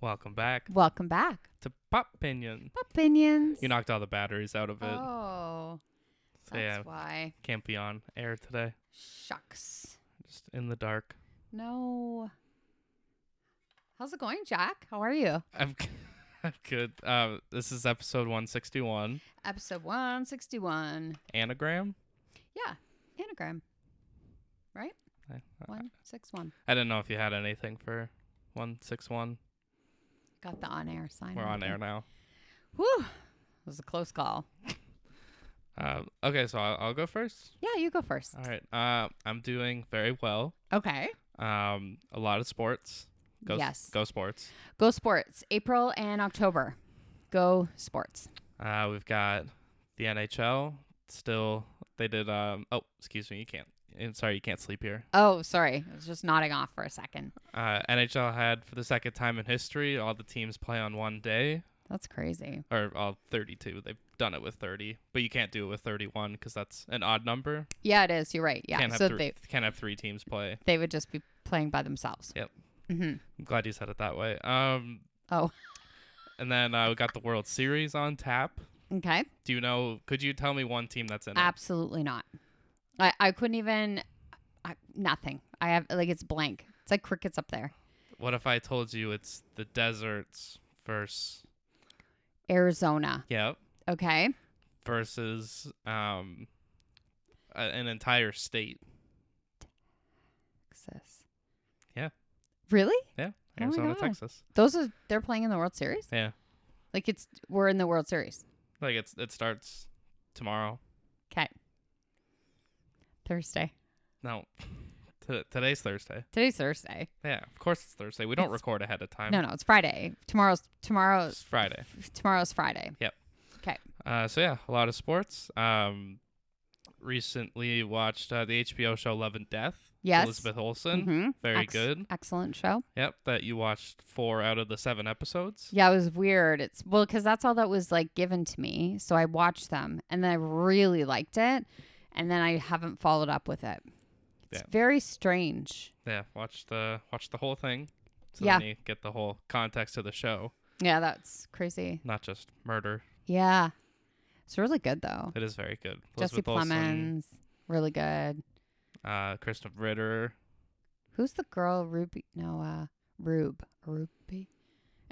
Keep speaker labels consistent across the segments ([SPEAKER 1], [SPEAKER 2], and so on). [SPEAKER 1] Welcome back
[SPEAKER 2] Welcome back.
[SPEAKER 1] to Pop Pinion.
[SPEAKER 2] Opinions.
[SPEAKER 1] You knocked all the batteries out of it.
[SPEAKER 2] Oh,
[SPEAKER 1] so
[SPEAKER 2] that's
[SPEAKER 1] yeah,
[SPEAKER 2] why.
[SPEAKER 1] can't be on air today.
[SPEAKER 2] Shucks.
[SPEAKER 1] Just in the dark.
[SPEAKER 2] No. How's it going, Jack? How are you?
[SPEAKER 1] I'm, g- I'm good. Uh, this is episode 161.
[SPEAKER 2] Episode 161.
[SPEAKER 1] Anagram?
[SPEAKER 2] Yeah, anagram. Right?
[SPEAKER 1] I, I-
[SPEAKER 2] 161.
[SPEAKER 1] I didn't know if you had anything for 161.
[SPEAKER 2] Got the on air sign.
[SPEAKER 1] We're
[SPEAKER 2] I
[SPEAKER 1] on
[SPEAKER 2] think.
[SPEAKER 1] air now.
[SPEAKER 2] Whew. It was a close call.
[SPEAKER 1] Uh, okay, so I'll, I'll go first.
[SPEAKER 2] Yeah, you go first.
[SPEAKER 1] All right. Uh, I'm doing very well.
[SPEAKER 2] Okay.
[SPEAKER 1] Um, a lot of sports. Go, s-
[SPEAKER 2] Yes.
[SPEAKER 1] Go sports.
[SPEAKER 2] Go sports. April and October. Go sports.
[SPEAKER 1] Uh, we've got the NHL. Still, they did. Um, oh, excuse me. You can't. I'm sorry. You can't sleep here.
[SPEAKER 2] Oh, sorry. I was just nodding off for a second.
[SPEAKER 1] Uh, NHL had for the second time in history all the teams play on one day,
[SPEAKER 2] That's crazy.
[SPEAKER 1] or all 32. They've done it with 30, but you can't do it with 31 because that's an odd number.
[SPEAKER 2] Yeah, it is. You're right. Yeah.
[SPEAKER 1] can't have
[SPEAKER 2] so
[SPEAKER 1] three,
[SPEAKER 2] they
[SPEAKER 1] can't have three teams play.
[SPEAKER 2] they would just be playing by themselves.
[SPEAKER 1] Yep.
[SPEAKER 2] hmm
[SPEAKER 1] I'm glad you said it that way. Um,
[SPEAKER 2] Oh,
[SPEAKER 1] and then uh, we got the World Series on tap.
[SPEAKER 2] okay.
[SPEAKER 1] Do you know? Could you tell me one team that's in it?
[SPEAKER 2] Absolutely not. I, I couldn't even, I, nothing. I have, like, it's blank. It's like crickets up there.
[SPEAKER 1] What if I told you it's the Deserts versus
[SPEAKER 2] Arizona.
[SPEAKER 1] Yep.
[SPEAKER 2] Okay.
[SPEAKER 1] versus um a, an entire state.
[SPEAKER 2] Texas.
[SPEAKER 1] Yeah.
[SPEAKER 2] Really?
[SPEAKER 1] Yeah,
[SPEAKER 2] Oh my
[SPEAKER 1] Arizona,
[SPEAKER 2] God.
[SPEAKER 1] Texas.
[SPEAKER 2] Those are, they're playing in the World Series?
[SPEAKER 1] Yeah,
[SPEAKER 2] Like, it's, we're in the World Series.
[SPEAKER 1] like it's it starts tomorrow.
[SPEAKER 2] Okay. Thursday.
[SPEAKER 1] No, t- today's Thursday.
[SPEAKER 2] Today's Thursday.
[SPEAKER 1] Yeah, of course it's Thursday. We don't
[SPEAKER 2] It's-
[SPEAKER 1] record ahead of time.
[SPEAKER 2] no, no, it's Friday. Tomorrow's, tomorrow's,
[SPEAKER 1] it's Friday.
[SPEAKER 2] tomorrow's Friday.
[SPEAKER 1] Uh, so yeah, a lot of sports. Um, recently watched uh, the HBO show Love and Death.
[SPEAKER 2] Yes.
[SPEAKER 1] Elizabeth Olsen,
[SPEAKER 2] Mhm.
[SPEAKER 1] very
[SPEAKER 2] Ex-
[SPEAKER 1] good.
[SPEAKER 2] Excellent show.
[SPEAKER 1] Yep, that you watched four out of the seven episodes.
[SPEAKER 2] Yeah, it was weird. It's well, because that's all that was like given to me. So I watched them and then I really liked it. And then I haven't followed up with it. It's
[SPEAKER 1] Yeah.
[SPEAKER 2] very strange.
[SPEAKER 1] Yeah, watch the watch the whole thing. So
[SPEAKER 2] Yeah.
[SPEAKER 1] then you get the whole context of the show.
[SPEAKER 2] Yeah, that's crazy.
[SPEAKER 1] not just murder.
[SPEAKER 2] Yeah. It's really good though.
[SPEAKER 1] It is very good.
[SPEAKER 2] Jesse
[SPEAKER 1] Elizabeth Olsen,
[SPEAKER 2] Plemons, really good.
[SPEAKER 1] uh, Kristen Ritter.
[SPEAKER 2] Who's the girl? Ruby? No, uh, Rube. Ruby?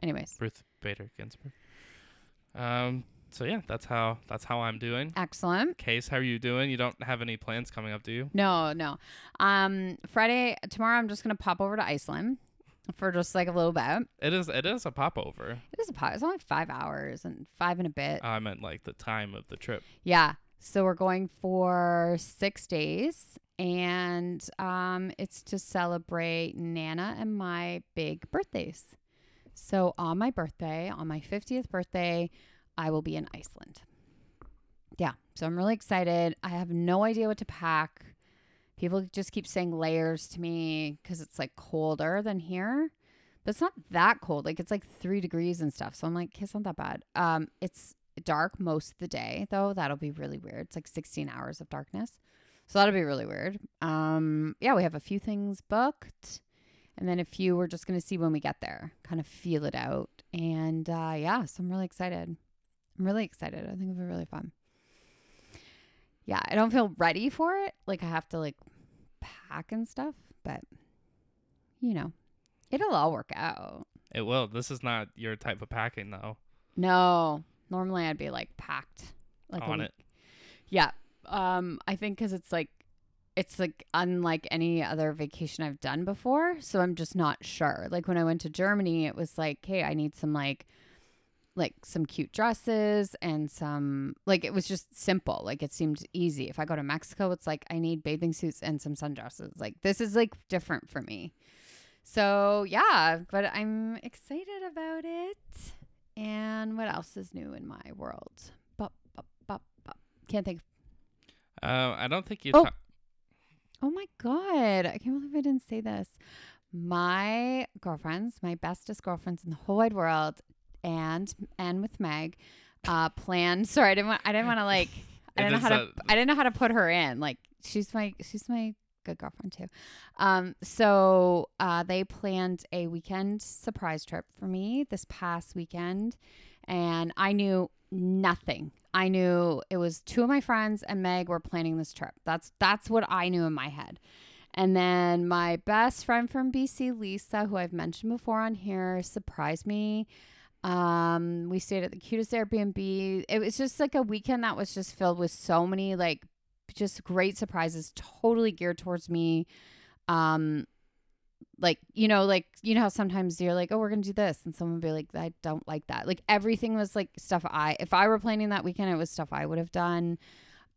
[SPEAKER 2] Anyways,
[SPEAKER 1] Ruth Bader Ginsburg. Um. So yeah, that's how that's how I'm doing.
[SPEAKER 2] excellent.
[SPEAKER 1] Case, how are you doing? You don't have any plans coming up, do you?
[SPEAKER 2] No, no. Um, Friday, tomorrow, I'm just going to pop over to Iceland for just like a little bit.
[SPEAKER 1] It is it is a popover.
[SPEAKER 2] It is a pot. It's only five hours and five and a bit.
[SPEAKER 1] I meant like the time of the trip.
[SPEAKER 2] yeah. So we're going for six days, and um, it's to celebrate Nana and my big birthdays. So on my birthday, on my 50th birthday, I will be in Iceland. Yeah. So I'm really excited. I have no idea what to pack. People just keep saying layers to me because it's like colder than here. But it's not that cold. Like it's like three degrees and stuff. So I'm like, it's not that bad. Um, it's dark most of the day though. That'll be really weird. It's like 16 hours of darkness. So that'll be really weird. Um, yeah, we have a few things booked, and then a few we're just gonna see when we get there. Kind of feel it out, and uh, yeah, so I'm really excited. I'm really excited. I think it'll be really fun. Yeah, I don't feel ready for it. Like I have to like pack and stuff, but you know, it'll all work out.
[SPEAKER 1] It will. This is not your type of packing though.
[SPEAKER 2] No, normally I'd be like packed, like a
[SPEAKER 1] On
[SPEAKER 2] week.
[SPEAKER 1] it.
[SPEAKER 2] Yeah, um, I think because it's like it's like unlike any other vacation I've done before, so I'm just not sure. Like when I went to Germany, it was like, hey, I need some like like some cute dresses and some like it was just simple. Like it seemed easy. If I go to Mexico, it's like I need bathing suits and some sundresses. Like this is like different for me. So yeah, but I'm excited about it. And what else is new in my world? Bop, bop, bop, bop. Can't think.
[SPEAKER 1] Uh, I don't think you.
[SPEAKER 2] Oh.
[SPEAKER 1] ta-
[SPEAKER 2] Oh my god, I can't believe I didn't say this. My girlfriends, my bestest girlfriends in the whole wide world, and and with Meg, uh, planned. Sorry, I didn't want. I didn't want to like. I
[SPEAKER 1] It
[SPEAKER 2] didn't know
[SPEAKER 1] is
[SPEAKER 2] how to.
[SPEAKER 1] that-
[SPEAKER 2] I didn't know how to put her in. Like she's my she's my good girlfriend too. Um, so uh, they planned a weekend surprise trip for me this past weekend, and I knew nothing. I knew it was two of my friends and Meg were planning this trip. That's that's what I knew in my head. And then my best friend from BC, Lisa, who I've mentioned before on here, surprised me. Um, we stayed at the cutest Airbnb. It was just like a weekend that was just filled with so many like just great surprises, totally geared towards me. Um, like you know, like you know how sometimes you're like, oh, we're gonna do this, and someone would be like, I don't like that. Like everything was like stuff I, if I were planning that weekend, it was stuff I would have done.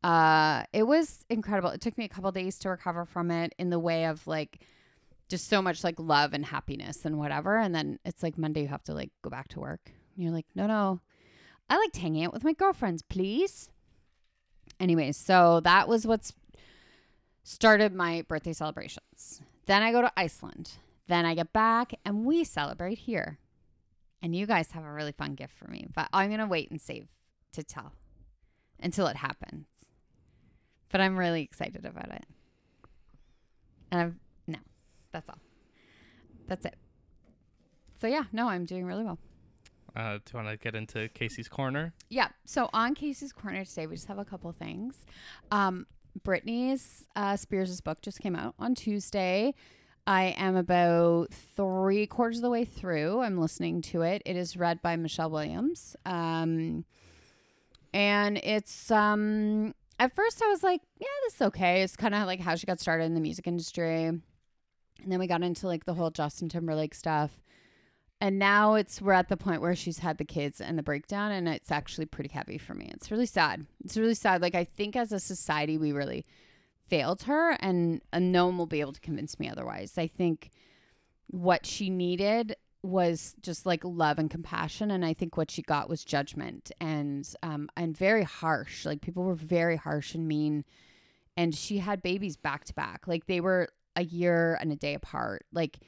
[SPEAKER 2] Uh, it was incredible. It took me a couple days to recover from it in the way of like just so much like love and happiness and whatever. And then it's like Monday, you have to like go back to work. And you're like, no, no, I liked hanging out with my girlfriends, please. Anyways, so that was what's started my birthday celebrations. Then I go to Iceland. Then I get back and we celebrate here. And you guys have a really fun gift for me, but I'm going to wait and save to tell until it happens. But I'm really excited about it. And I've, no, that's all. That's it. So yeah, no, I'm doing really well.
[SPEAKER 1] Uh, do you want to get into Casey's corner?
[SPEAKER 2] Yeah. So on Casey's Corner today, we just have a couple things. Um, Brittany's uh, Spears' book just came out on Tuesday. I am about three quarters of the way through. I'm listening to it. It is read by Michelle Williams. Um, and it's um at first I was like, yeah, this is okay. It's kind of like how she got started in the music industry. And then we got into like the whole Justin Timberlake stuff. And now it's we're at the point where she's had the kids and the breakdown and it's actually pretty heavy for me. It's really sad. It's really sad. Like I think as a society we really failed her and, and no one will be able to convince me otherwise. I think what she needed was just like love and compassion and i think what she got was judgment and um and very harsh like people were very harsh and mean and she had babies back to back like they were a year and a day apart like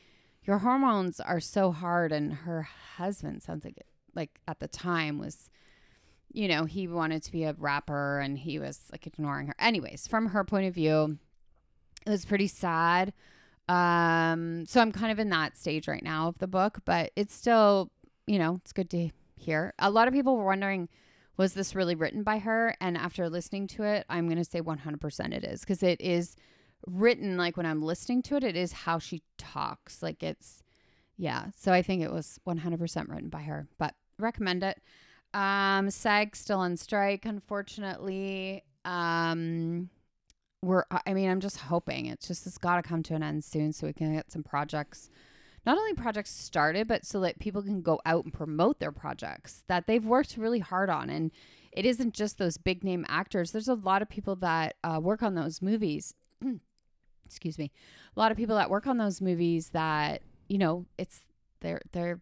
[SPEAKER 2] your hormones are so hard and her husband sounds like like at the time was you know he wanted to be a rapper and he was like ignoring her anyways from her point of view it was pretty sad um, so I'm kind of in that stage right now of the book, but it's still, you know, it's good to hear. A lot of people were wondering, was this really written by her? And after listening to it, I'm going to say 100% it is because it is written like when I'm listening to it, it is how she talks. Like it's, yeah. So I think it was 100% written by her, but recommend it. Um, SAG still on strike, unfortunately. Um, we're i mean i'm just hoping it's just it's got to come to an end soon so we can get some projects not only projects started but so that people can go out and promote their projects that they've worked really hard on and it isn't just those big name actors there's a lot of people that uh, work on those movies excuse me a lot of people that work on those movies that you know it's they're they're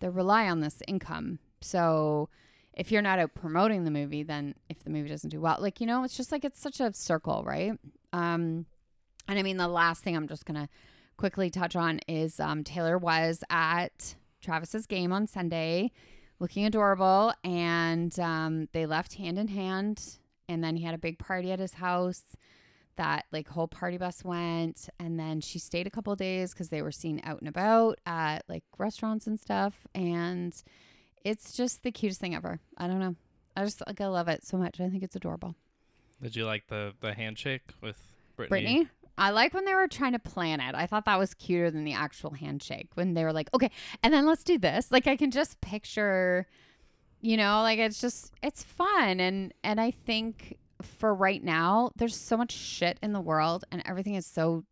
[SPEAKER 2] they rely on this income so if you're not out promoting the movie, then if the movie doesn't do well, like you know, it's just like it's such a circle, right? Um, and I mean, the last thing I'm just gonna quickly touch on is um, Taylor was at Travis's game on Sunday, looking adorable, and um, they left hand in hand, and then he had a big party at his house. That like whole party bus went, and then she stayed a couple days because they were seen out and about at like restaurants and stuff, and it's just the cutest thing ever. I don't know. I just like I love it so much. I think it's adorable.
[SPEAKER 1] Did you like the the handshake with Brittany?
[SPEAKER 2] Brittany, I like when they were trying to plan it. I thought that was cuter than the actual handshake when they were like, okay, and then let's do this. Like I can just picture, you know, like it's just it's fun and and I think for right now there's so much shit in the world and everything is so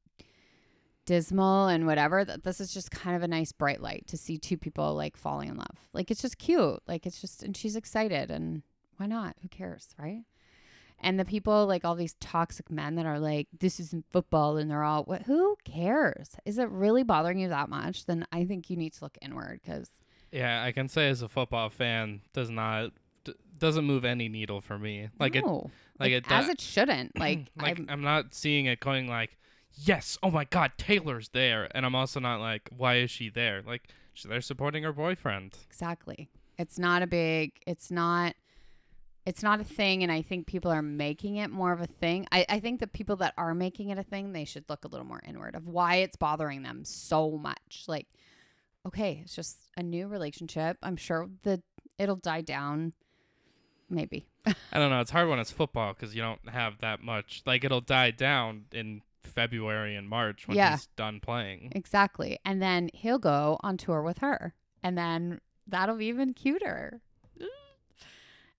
[SPEAKER 2] dismal and whatever that this is just kind of a nice bright light to see two people like falling in love like it's just cute like it's just and she's excited and why not who cares right and the people like all these toxic men that are like this isn't football and they're all what who cares is it really bothering you that much then i think you need to look inward because
[SPEAKER 1] Yeah, I can say as a football fan, does not d- doesn't move any needle for me. Like it,
[SPEAKER 2] no,
[SPEAKER 1] like it,
[SPEAKER 2] as
[SPEAKER 1] do-
[SPEAKER 2] it shouldn't like,
[SPEAKER 1] Hmm, like
[SPEAKER 2] I'm,
[SPEAKER 1] I'm not seeing it going like, yes, oh my God, Taylor's there, and I'm also not like, why is she there? Like she's there supporting her boyfriend.
[SPEAKER 2] exactly it's not a big it's not it's not a thing and i think people are making it more of a thing I, I think the people that are making it a thing they should look a little more inward of why it's bothering them so much like okay it's just a new relationship i'm sure that it'll die down maybe
[SPEAKER 1] I don't know. It's hard when it's football because you don't have that much. Like it'll die down in February and March when
[SPEAKER 2] Yeah.
[SPEAKER 1] he's done playing.
[SPEAKER 2] exactly and then he'll go on tour with her and then that'll be even cuter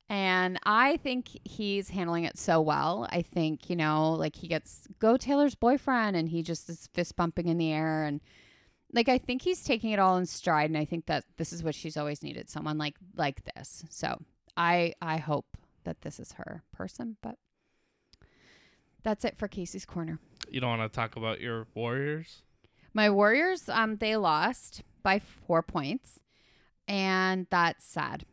[SPEAKER 2] and i think he's handling it so well i think you know like he gets go taylor's boyfriend and he just is fist bumping in the air and like i think he's taking it all in stride and i think that this is what she's always needed someone like like this so i i hope that this is her person but that's it for casey's corner
[SPEAKER 1] You don't want to talk about your Warriors.
[SPEAKER 2] my Warriors, um, they lost by four points, and that's sad.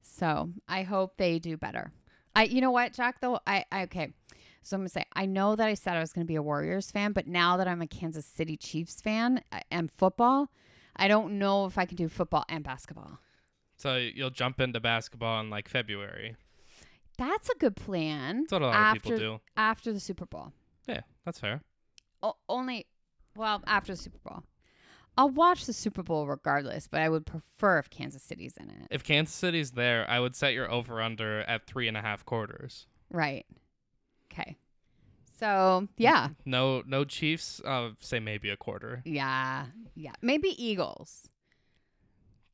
[SPEAKER 2] So I hope they do better. I, you know what, Jack? Though I, I okay. So I'm gonna say I know that I said I was gonna be a Warriors fan, but now that I'm a Kansas City Chiefs fan uh, and football, I don't know if I can do football and basketball.
[SPEAKER 1] So you'll jump into basketball in like February.
[SPEAKER 2] That's a good plan.
[SPEAKER 1] That's what a lot
[SPEAKER 2] after,
[SPEAKER 1] of people
[SPEAKER 2] After the Super Bowl.
[SPEAKER 1] do. Yeah, that's fair.
[SPEAKER 2] o- only well after the Super Bowl. I'll watch the Super Bowl regardless, but I would prefer if Kansas City's in it.
[SPEAKER 1] If Kansas City's there, I would set your over under at three and a half quarters.
[SPEAKER 2] Right. Okay. So yeah,
[SPEAKER 1] No, no Chiefs. Uh, say maybe a quarter.
[SPEAKER 2] yeah, yeah. Maybe Eagles.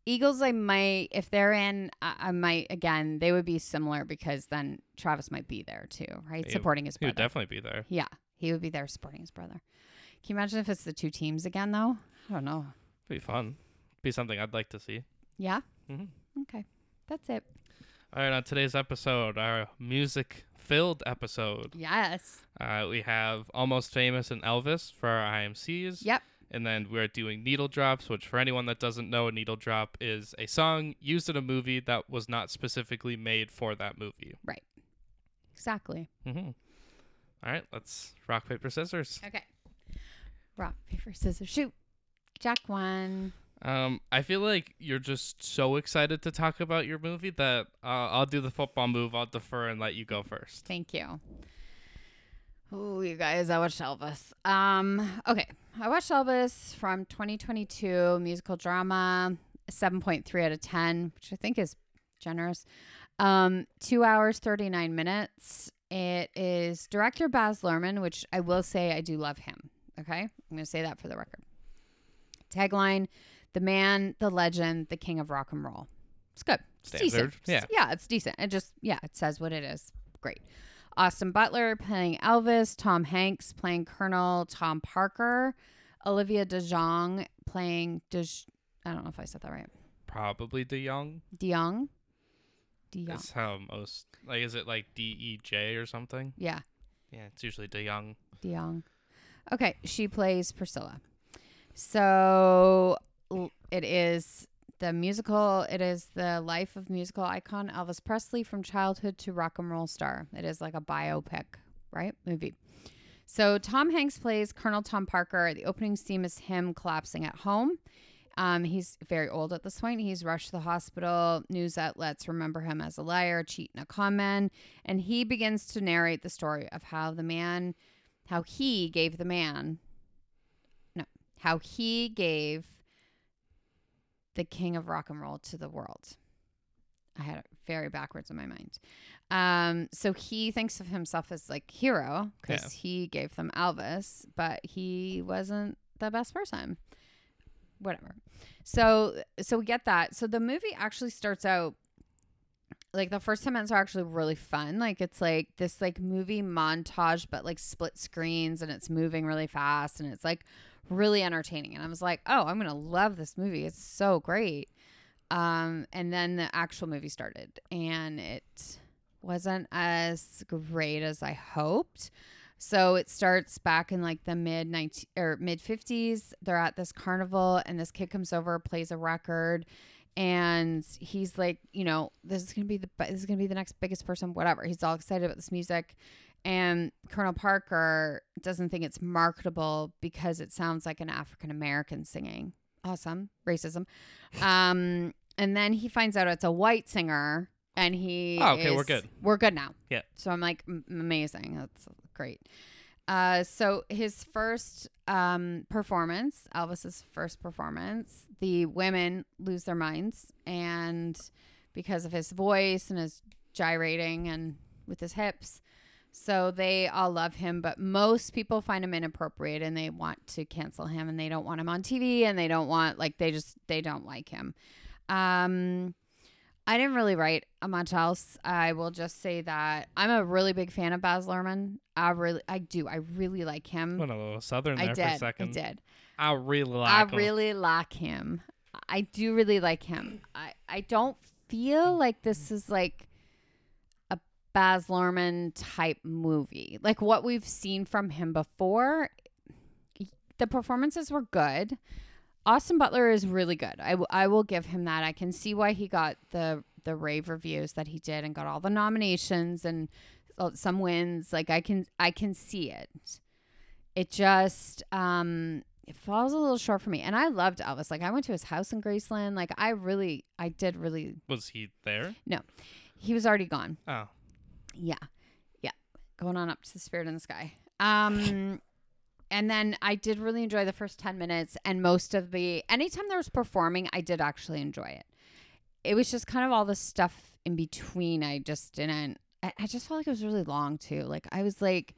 [SPEAKER 2] Eagles, I might if they're in, I, I might again. They would be similar because then Travis might be there too, right?
[SPEAKER 1] He-
[SPEAKER 2] supporting his
[SPEAKER 1] He would
[SPEAKER 2] brother.
[SPEAKER 1] definitely be there.
[SPEAKER 2] yeah, he would be there supporting his brother. Can you imagine if it's the two teams again though? I don't know.
[SPEAKER 1] It'd be fun. Be something I'd like to see.
[SPEAKER 2] Yeah.
[SPEAKER 1] Mhm.
[SPEAKER 2] Okay, that's it.
[SPEAKER 1] All right, on today's episode, our music filled episode.
[SPEAKER 2] Yes.
[SPEAKER 1] Uh, we have Almost Famous and Elvis for our IMCs.
[SPEAKER 2] Yep.
[SPEAKER 1] And then we're doing Needle Drops, which, for anyone that doesn't know, a needle drop is a song used in a movie that was not specifically made for that movie.
[SPEAKER 2] Exactly.
[SPEAKER 1] Mm-hmm. All right, let's rock, paper, scissors.
[SPEAKER 2] Okay. Rock, paper, scissors, shoot. Jack won.
[SPEAKER 1] Um, I feel like you're just so excited to talk about your movie that uh, I'll do the football move. I'll defer and let you go first.
[SPEAKER 2] Thank you. Oh, you guys, I watched Elvis. Um, okay. I watched Elvis from 2022, musical drama, 7.3 out of 10, which I think is generous. Um, two hours, 39 minutes. It is director Baz Luhrmann, which I will say I do love him. Okay. I'm going to say that for the record. Tagline The man, the legend, the king of rock and roll. It's good. It's decent.
[SPEAKER 1] Standard, yeah.
[SPEAKER 2] Yeah. It's decent. It just, yeah, it says what it is. Great. Austin Butler playing Elvis, Tom Hanks playing Colonel Tom Parker, Olivia De Jong playing De, I don't know if I said that right.
[SPEAKER 1] Probably De Young.
[SPEAKER 2] De Jong. De Jong.
[SPEAKER 1] That's how most like is it like D E J or something?
[SPEAKER 2] Yeah.
[SPEAKER 1] Yeah, it's usually De Young.
[SPEAKER 2] De Jong. Okay, she plays Priscilla. So l- it is the musical. It is the life of musical icon Elvis Presley from childhood to rock and roll star. It is like a biopic, right? Movie. So Tom Hanks plays Colonel Tom Parker. The opening scene is him collapsing at home. Um, he's very old at this point. He's rushed to the hospital. News outlets remember him as a liar, cheat, and a con man. And he begins to narrate the story of how the man, how he gave the man, no, how he gave the king of rock and roll to the world. I had it very backwards in my mind. Um, so he thinks of himself as like hero because he gave them Elvis, but he wasn't the best person. Whatever. So so we get that. So the movie actually starts out like the first 10 minutes are actually really fun. Like it's like this like movie montage, but like split screens and it's moving really fast and it's like really entertaining. And I was like, oh, I'm gonna love this movie. It's so great. Um, and then the actual movie started and it wasn't as great as I hoped. So it starts back in like the mid 19 or mid 50s. They're at this carnival and this kid comes over, plays a record and he's like, you know, this is going to be the be- this is going to be the next biggest person whatever. He's all excited about this music and Colonel Parker doesn't think it's marketable because it sounds like an African American singing. Awesome. Racism. Um and then he finds out it's a white singer and he
[SPEAKER 1] Oh, okay, we're
[SPEAKER 2] is-
[SPEAKER 1] good.
[SPEAKER 2] we're good now
[SPEAKER 1] Yeah.
[SPEAKER 2] so i'm like "M- amazing that's great uh so his first um performance elvis's first performance the women lose their minds and because of his voice and his gyrating and with his hips so they all love him but most people find him inappropriate and they want to cancel him and they don't want him on tv and they don't want like they just they don't like him um I didn't really write much else. I will just say that I'm a really big fan of Baz Luhrmann. I really, I do. I really like him.
[SPEAKER 1] Went a little southern
[SPEAKER 2] Mm.
[SPEAKER 1] there
[SPEAKER 2] I
[SPEAKER 1] for a
[SPEAKER 2] did. I
[SPEAKER 1] second.
[SPEAKER 2] did.
[SPEAKER 1] I really like.
[SPEAKER 2] I
[SPEAKER 1] 'em.
[SPEAKER 2] really like him. I do really like him. I, I don't feel like this is like a Baz Luhrmann type movie. Like what we've seen from him before, the performances were good. Austin Butler is really good. I, w- I will give him that. I can see why he got the the rave reviews that he did and got all the nominations and uh, some wins. Like I can I can see it. It just um it falls a little short for me. And I loved Elvis. Like I went to his house in Graceland. Like I really I did really
[SPEAKER 1] Was he there?
[SPEAKER 2] he was already gone.
[SPEAKER 1] Oh,
[SPEAKER 2] Yeah. Yeah. Going on up to the spirit in the sky. Um and then I did really enjoy the first 10 minutes and most of the anytime there was performing, I did actually enjoy it. It was just kind of all the stuff in between I just didn't I, I just felt like it was really long too. Like I was like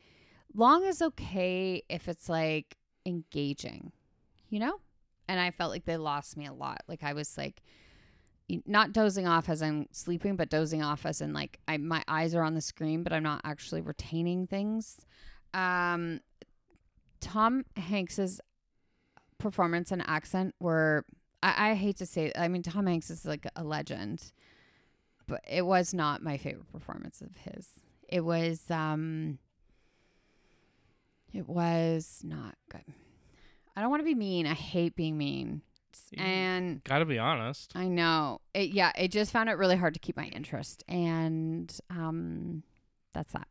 [SPEAKER 2] long is okay if it's like engaging, you know? And I felt like they lost me a lot. Like I was like not dozing off as I'm sleeping, but dozing off as in like I my eyes are on the screen, but I'm not actually retaining things. Um, Tom Hanks's performance and accent were I, I hate to say I mean Tom Hanks is like a legend, but it was not my favorite performance of his. It was um it was not good. I don't want to be mean. I hate being mean.
[SPEAKER 1] You
[SPEAKER 2] And
[SPEAKER 1] gotta be honest.
[SPEAKER 2] I know. It, yeah, it just found it really hard to keep my interest, and um, that's that.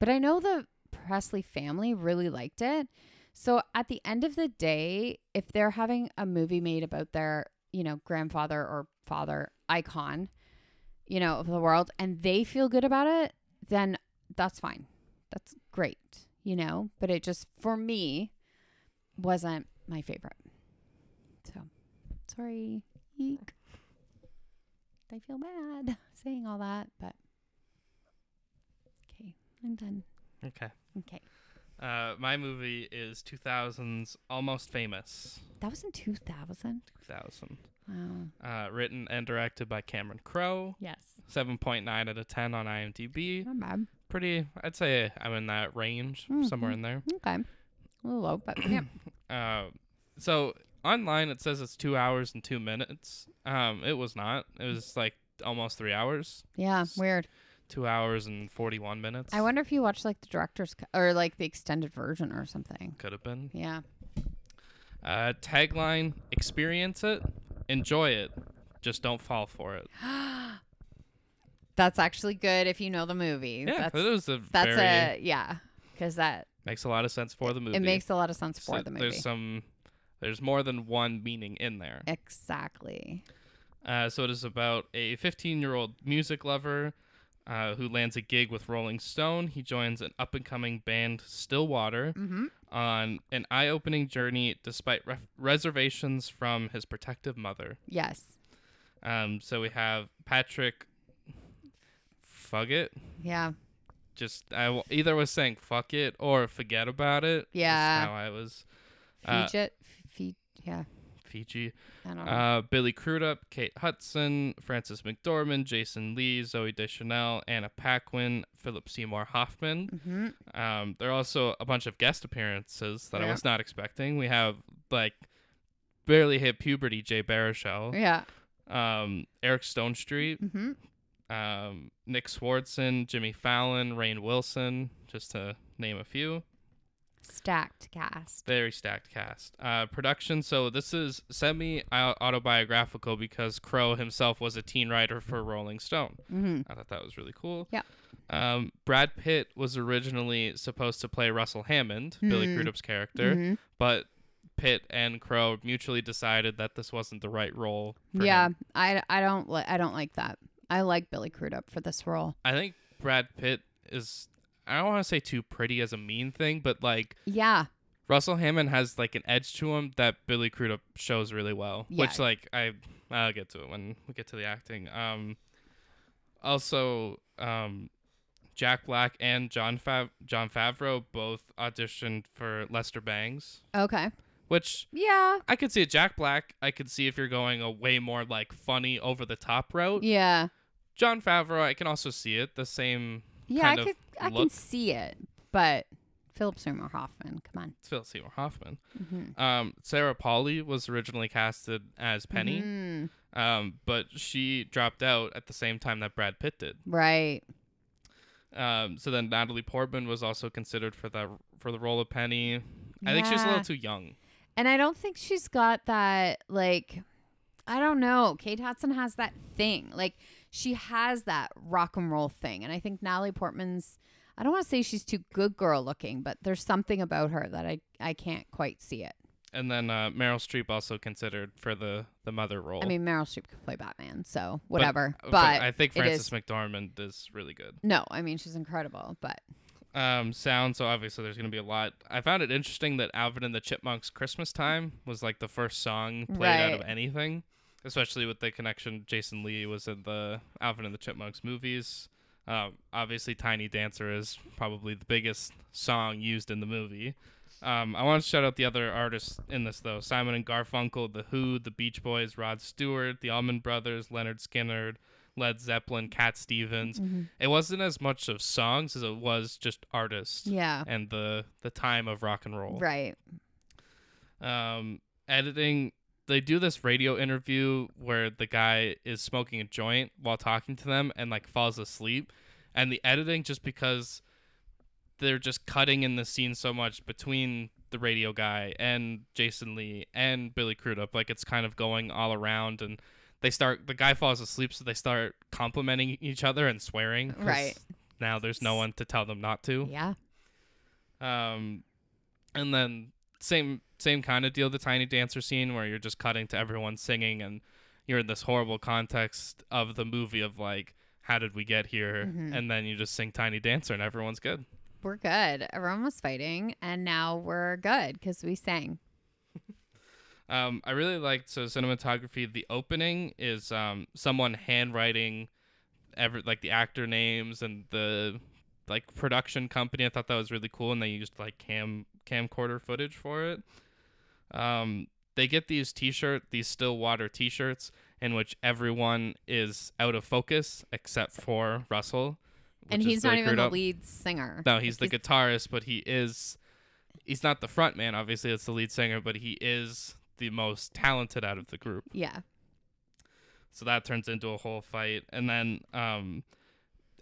[SPEAKER 2] But I know the Presley family really liked it. So at the end of the day, if they're having a movie made about their, you know, grandfather or father icon, you know, of the world, and they feel good about it, then that's fine. That's great, you know. But it just for me wasn't my favorite. So. Sorry. Eek. I feel bad saying all that, but okay, I'm done.
[SPEAKER 1] Okay.
[SPEAKER 2] Okay,
[SPEAKER 1] Uh, my movie is 2000's Almost Famous.
[SPEAKER 2] that was in 2000.
[SPEAKER 1] 2000.
[SPEAKER 2] Wow.
[SPEAKER 1] Uh, written and directed by Cameron Crowe.
[SPEAKER 2] Yes.
[SPEAKER 1] 7.9 out of 10 on IMDb.
[SPEAKER 2] Not bad.
[SPEAKER 1] Pretty, I'd say I'm in that range,
[SPEAKER 2] Mm-hmm.
[SPEAKER 1] somewhere in there.
[SPEAKER 2] Okay. A little low, but yeah.
[SPEAKER 1] Uh, so online it says it's two hours and two minutes. Um, it was not. It
[SPEAKER 2] Mm.
[SPEAKER 1] was like almost three hours,
[SPEAKER 2] yeah. Weird.
[SPEAKER 1] two hours and 41 minutes.
[SPEAKER 2] I wonder if you watched like the director's cut or like the extended version or something.
[SPEAKER 1] Could have been.
[SPEAKER 2] Yeah.
[SPEAKER 1] Uh, tagline experience it, enjoy it, just don't fall for it.
[SPEAKER 2] That's actually good if you know the movie.
[SPEAKER 1] Yeah,
[SPEAKER 2] that's
[SPEAKER 1] that was a
[SPEAKER 2] that's
[SPEAKER 1] very
[SPEAKER 2] a yeah, because that
[SPEAKER 1] makes a lot of sense for the movie.
[SPEAKER 2] it makes a lot of sense
[SPEAKER 1] So
[SPEAKER 2] for the movie.
[SPEAKER 1] There's some there's more than one meaning in there.
[SPEAKER 2] exactly.
[SPEAKER 1] Uh, so it is about a 15 year old music lover uh, who lands a gig with Rolling Stone. He joins an up and coming band, Stillwater,
[SPEAKER 2] Mm-hmm.
[SPEAKER 1] on an eye opening journey despite ref- reservations from his protective mother.
[SPEAKER 2] Yes.
[SPEAKER 1] Um, so we have Patrick Fuck it.
[SPEAKER 2] Yeah.
[SPEAKER 1] Just I w- either was saying fuck it or forget about it. is
[SPEAKER 2] Yeah.
[SPEAKER 1] how I was. Uh,
[SPEAKER 2] Fidget, feed, yeah,
[SPEAKER 1] Fiji.
[SPEAKER 2] I don't know.
[SPEAKER 1] Uh, Billy Crudup, Kate Hudson, Francis McDormand, Jason Lee, Zoe Deschanel, Anna Paquin, Philip Seymour Hoffman.
[SPEAKER 2] mm-hmm.
[SPEAKER 1] Um, there are also a bunch of guest appearances that I
[SPEAKER 2] Yeah.
[SPEAKER 1] was not expecting. We have like barely hit puberty Jay Baruchel,
[SPEAKER 2] Yeah.
[SPEAKER 1] um, Eric Stone Street,
[SPEAKER 2] Mm-hmm.
[SPEAKER 1] um, Nick Swartzen, Jimmy Fallon, Rain Wilson, just to name a few.
[SPEAKER 2] Stacked cast.
[SPEAKER 1] Very stacked cast. Uh, production. So this is semi autobiographical because Crow himself was a teen writer for Rolling Stone.
[SPEAKER 2] Mm-hmm.
[SPEAKER 1] I thought that was really cool.
[SPEAKER 2] Yeah.
[SPEAKER 1] Um, Brad Pitt was originally supposed to play Russell Hammond, Billy
[SPEAKER 2] Hmm.
[SPEAKER 1] Crudup's character,
[SPEAKER 2] Mhm.
[SPEAKER 1] but Pitt and Crow mutually decided that this wasn't the right role. For
[SPEAKER 2] Yeah,
[SPEAKER 1] him.
[SPEAKER 2] I, I don't li- I don't like that. I like Billy Crudup for this role.
[SPEAKER 1] I think Brad Pitt is I don't want to say too pretty as a mean thing, but like
[SPEAKER 2] Yeah.
[SPEAKER 1] Russell Hammond has like an edge to him that Billy Crudup shows really well.
[SPEAKER 2] Yeah.
[SPEAKER 1] Which like I I'll get to it when we get to the acting. Um also um Jack Black and John Fav- John Favreau both auditioned for Lester Bangs,
[SPEAKER 2] Okay.
[SPEAKER 1] which
[SPEAKER 2] Yeah.
[SPEAKER 1] I could see a Jack Black. I could see if you're going a way more like funny over the top route.
[SPEAKER 2] Yeah.
[SPEAKER 1] John Favreau, I can also see it. The same
[SPEAKER 2] Yeah,
[SPEAKER 1] kind
[SPEAKER 2] I
[SPEAKER 1] of
[SPEAKER 2] could I can
[SPEAKER 1] look.
[SPEAKER 2] see it, but Philip Seymour Hoffman, come on.
[SPEAKER 1] Phil Seymour Hoffman.
[SPEAKER 2] Mhm.
[SPEAKER 1] Um, Sarah Pauli was originally casted as Penny,
[SPEAKER 2] Mhm.
[SPEAKER 1] um, but she dropped out at the same time that Brad Pitt did.
[SPEAKER 2] Right.
[SPEAKER 1] Um, so then Natalie Portman was also considered for that for the role of Penny. I think she was a
[SPEAKER 2] Yeah.
[SPEAKER 1] little too young.
[SPEAKER 2] And I don't think she's got that like I don't know. Kate Hudson has that thing. Like she has that rock and roll thing. And I think Natalie Portman's I don't want to say she's too good girl looking, but there's something about her that I I can't quite see it.
[SPEAKER 1] And then uh, Meryl Streep also considered for the the mother role.
[SPEAKER 2] I mean, Meryl Streep could play Batman, so whatever. But,
[SPEAKER 1] I think
[SPEAKER 2] it is-
[SPEAKER 1] Frances McDormand is really good.
[SPEAKER 2] no, I mean she's incredible, but
[SPEAKER 1] um, sound. So obviously, there's going to be a lot. I found it interesting that Alvin and the Chipmunks' "Christmas Time" was like the first song played out of
[SPEAKER 2] Right.
[SPEAKER 1] anything, especially with the connection Jason Lee was in the Alvin and the Chipmunks movies. Um, obviously, "Tiny Dancer" is probably the biggest song used in the movie. Um, I want to shout out the other artists in this though: Simon and Garfunkel, The Who, The Beach Boys, Rod Stewart, The Allman Brothers, Leonard Skinner, Led Zeppelin, Cat Stevens it wasn't as much of songs as it was just artists
[SPEAKER 2] yeah.
[SPEAKER 1] and the the time of rock and roll.
[SPEAKER 2] Right.
[SPEAKER 1] Um, editing, they do this radio interview where the guy is smoking a joint while talking to them and like falls asleep, and the editing just because they're just cutting in the scene so much between the radio guy and Jason Lee and Billy Crudup, like it's kind of going all around and. They start. The guy falls asleep, so they start complimenting each other and swearing. 'cause
[SPEAKER 2] Right.
[SPEAKER 1] now there's no one to tell them not to.
[SPEAKER 2] Yeah.
[SPEAKER 1] Um, and then same same kind of deal, the tiny dancer scene where you're just cutting to everyone singing, and you're in this horrible context of the movie of like, how did we get here?
[SPEAKER 2] Mhm.
[SPEAKER 1] And then you just sing tiny dancer, and everyone's good.
[SPEAKER 2] We're good. Everyone was fighting, and now we're good because we sang.
[SPEAKER 1] Um, I really liked so cinematography. The opening is um someone handwriting, ever like the actor names and the like production company. I thought that was really cool, and they used like cam camcorder footage for it. Um, they get these T-shirt, these still water T-shirts, in which everyone is out of focus except for Russell,
[SPEAKER 2] and
[SPEAKER 1] which is
[SPEAKER 2] he's not
[SPEAKER 1] Billy
[SPEAKER 2] even the
[SPEAKER 1] Crudup.
[SPEAKER 2] lead singer.
[SPEAKER 1] No, he's the guitarist, but he is he's not the front man, obviously it's the lead singer, but he is the most talented out of the group.
[SPEAKER 2] Yeah.
[SPEAKER 1] So that turns into a whole fight. And then um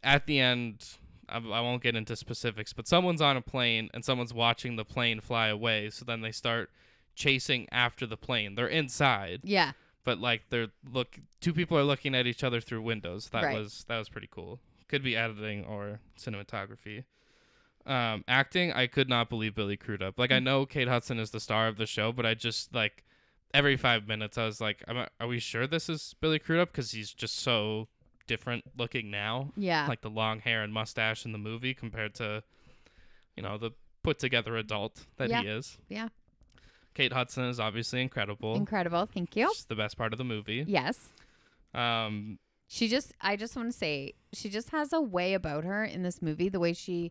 [SPEAKER 1] at the end I, I won't get into specifics, but someone's on a plane and someone's watching the plane fly away, so then they start chasing after the plane. They're inside,
[SPEAKER 2] Yeah.
[SPEAKER 1] but like they're look two people are looking at each other through windows. That
[SPEAKER 2] Right.
[SPEAKER 1] was that was pretty cool. Could be editing or cinematography. Um, acting, I could not believe Billy Crudup. Like I
[SPEAKER 2] Mm.
[SPEAKER 1] know Kate Hudson is the star of the show, but I just like every five minutes I was like, Am I, "Are we sure this is Billy Crudup?" Because he's just so different looking now,
[SPEAKER 2] Yeah.
[SPEAKER 1] like the long hair and mustache in the movie compared to, you know, the put together adult that he is.
[SPEAKER 2] yeah.
[SPEAKER 1] Kate Hudson is obviously incredible.
[SPEAKER 2] Incredible. Thank you.
[SPEAKER 1] She's the best part of the movie.
[SPEAKER 2] Yes.
[SPEAKER 1] Um,
[SPEAKER 2] She just, I just want to say, she just has a way about her in this movie, the way she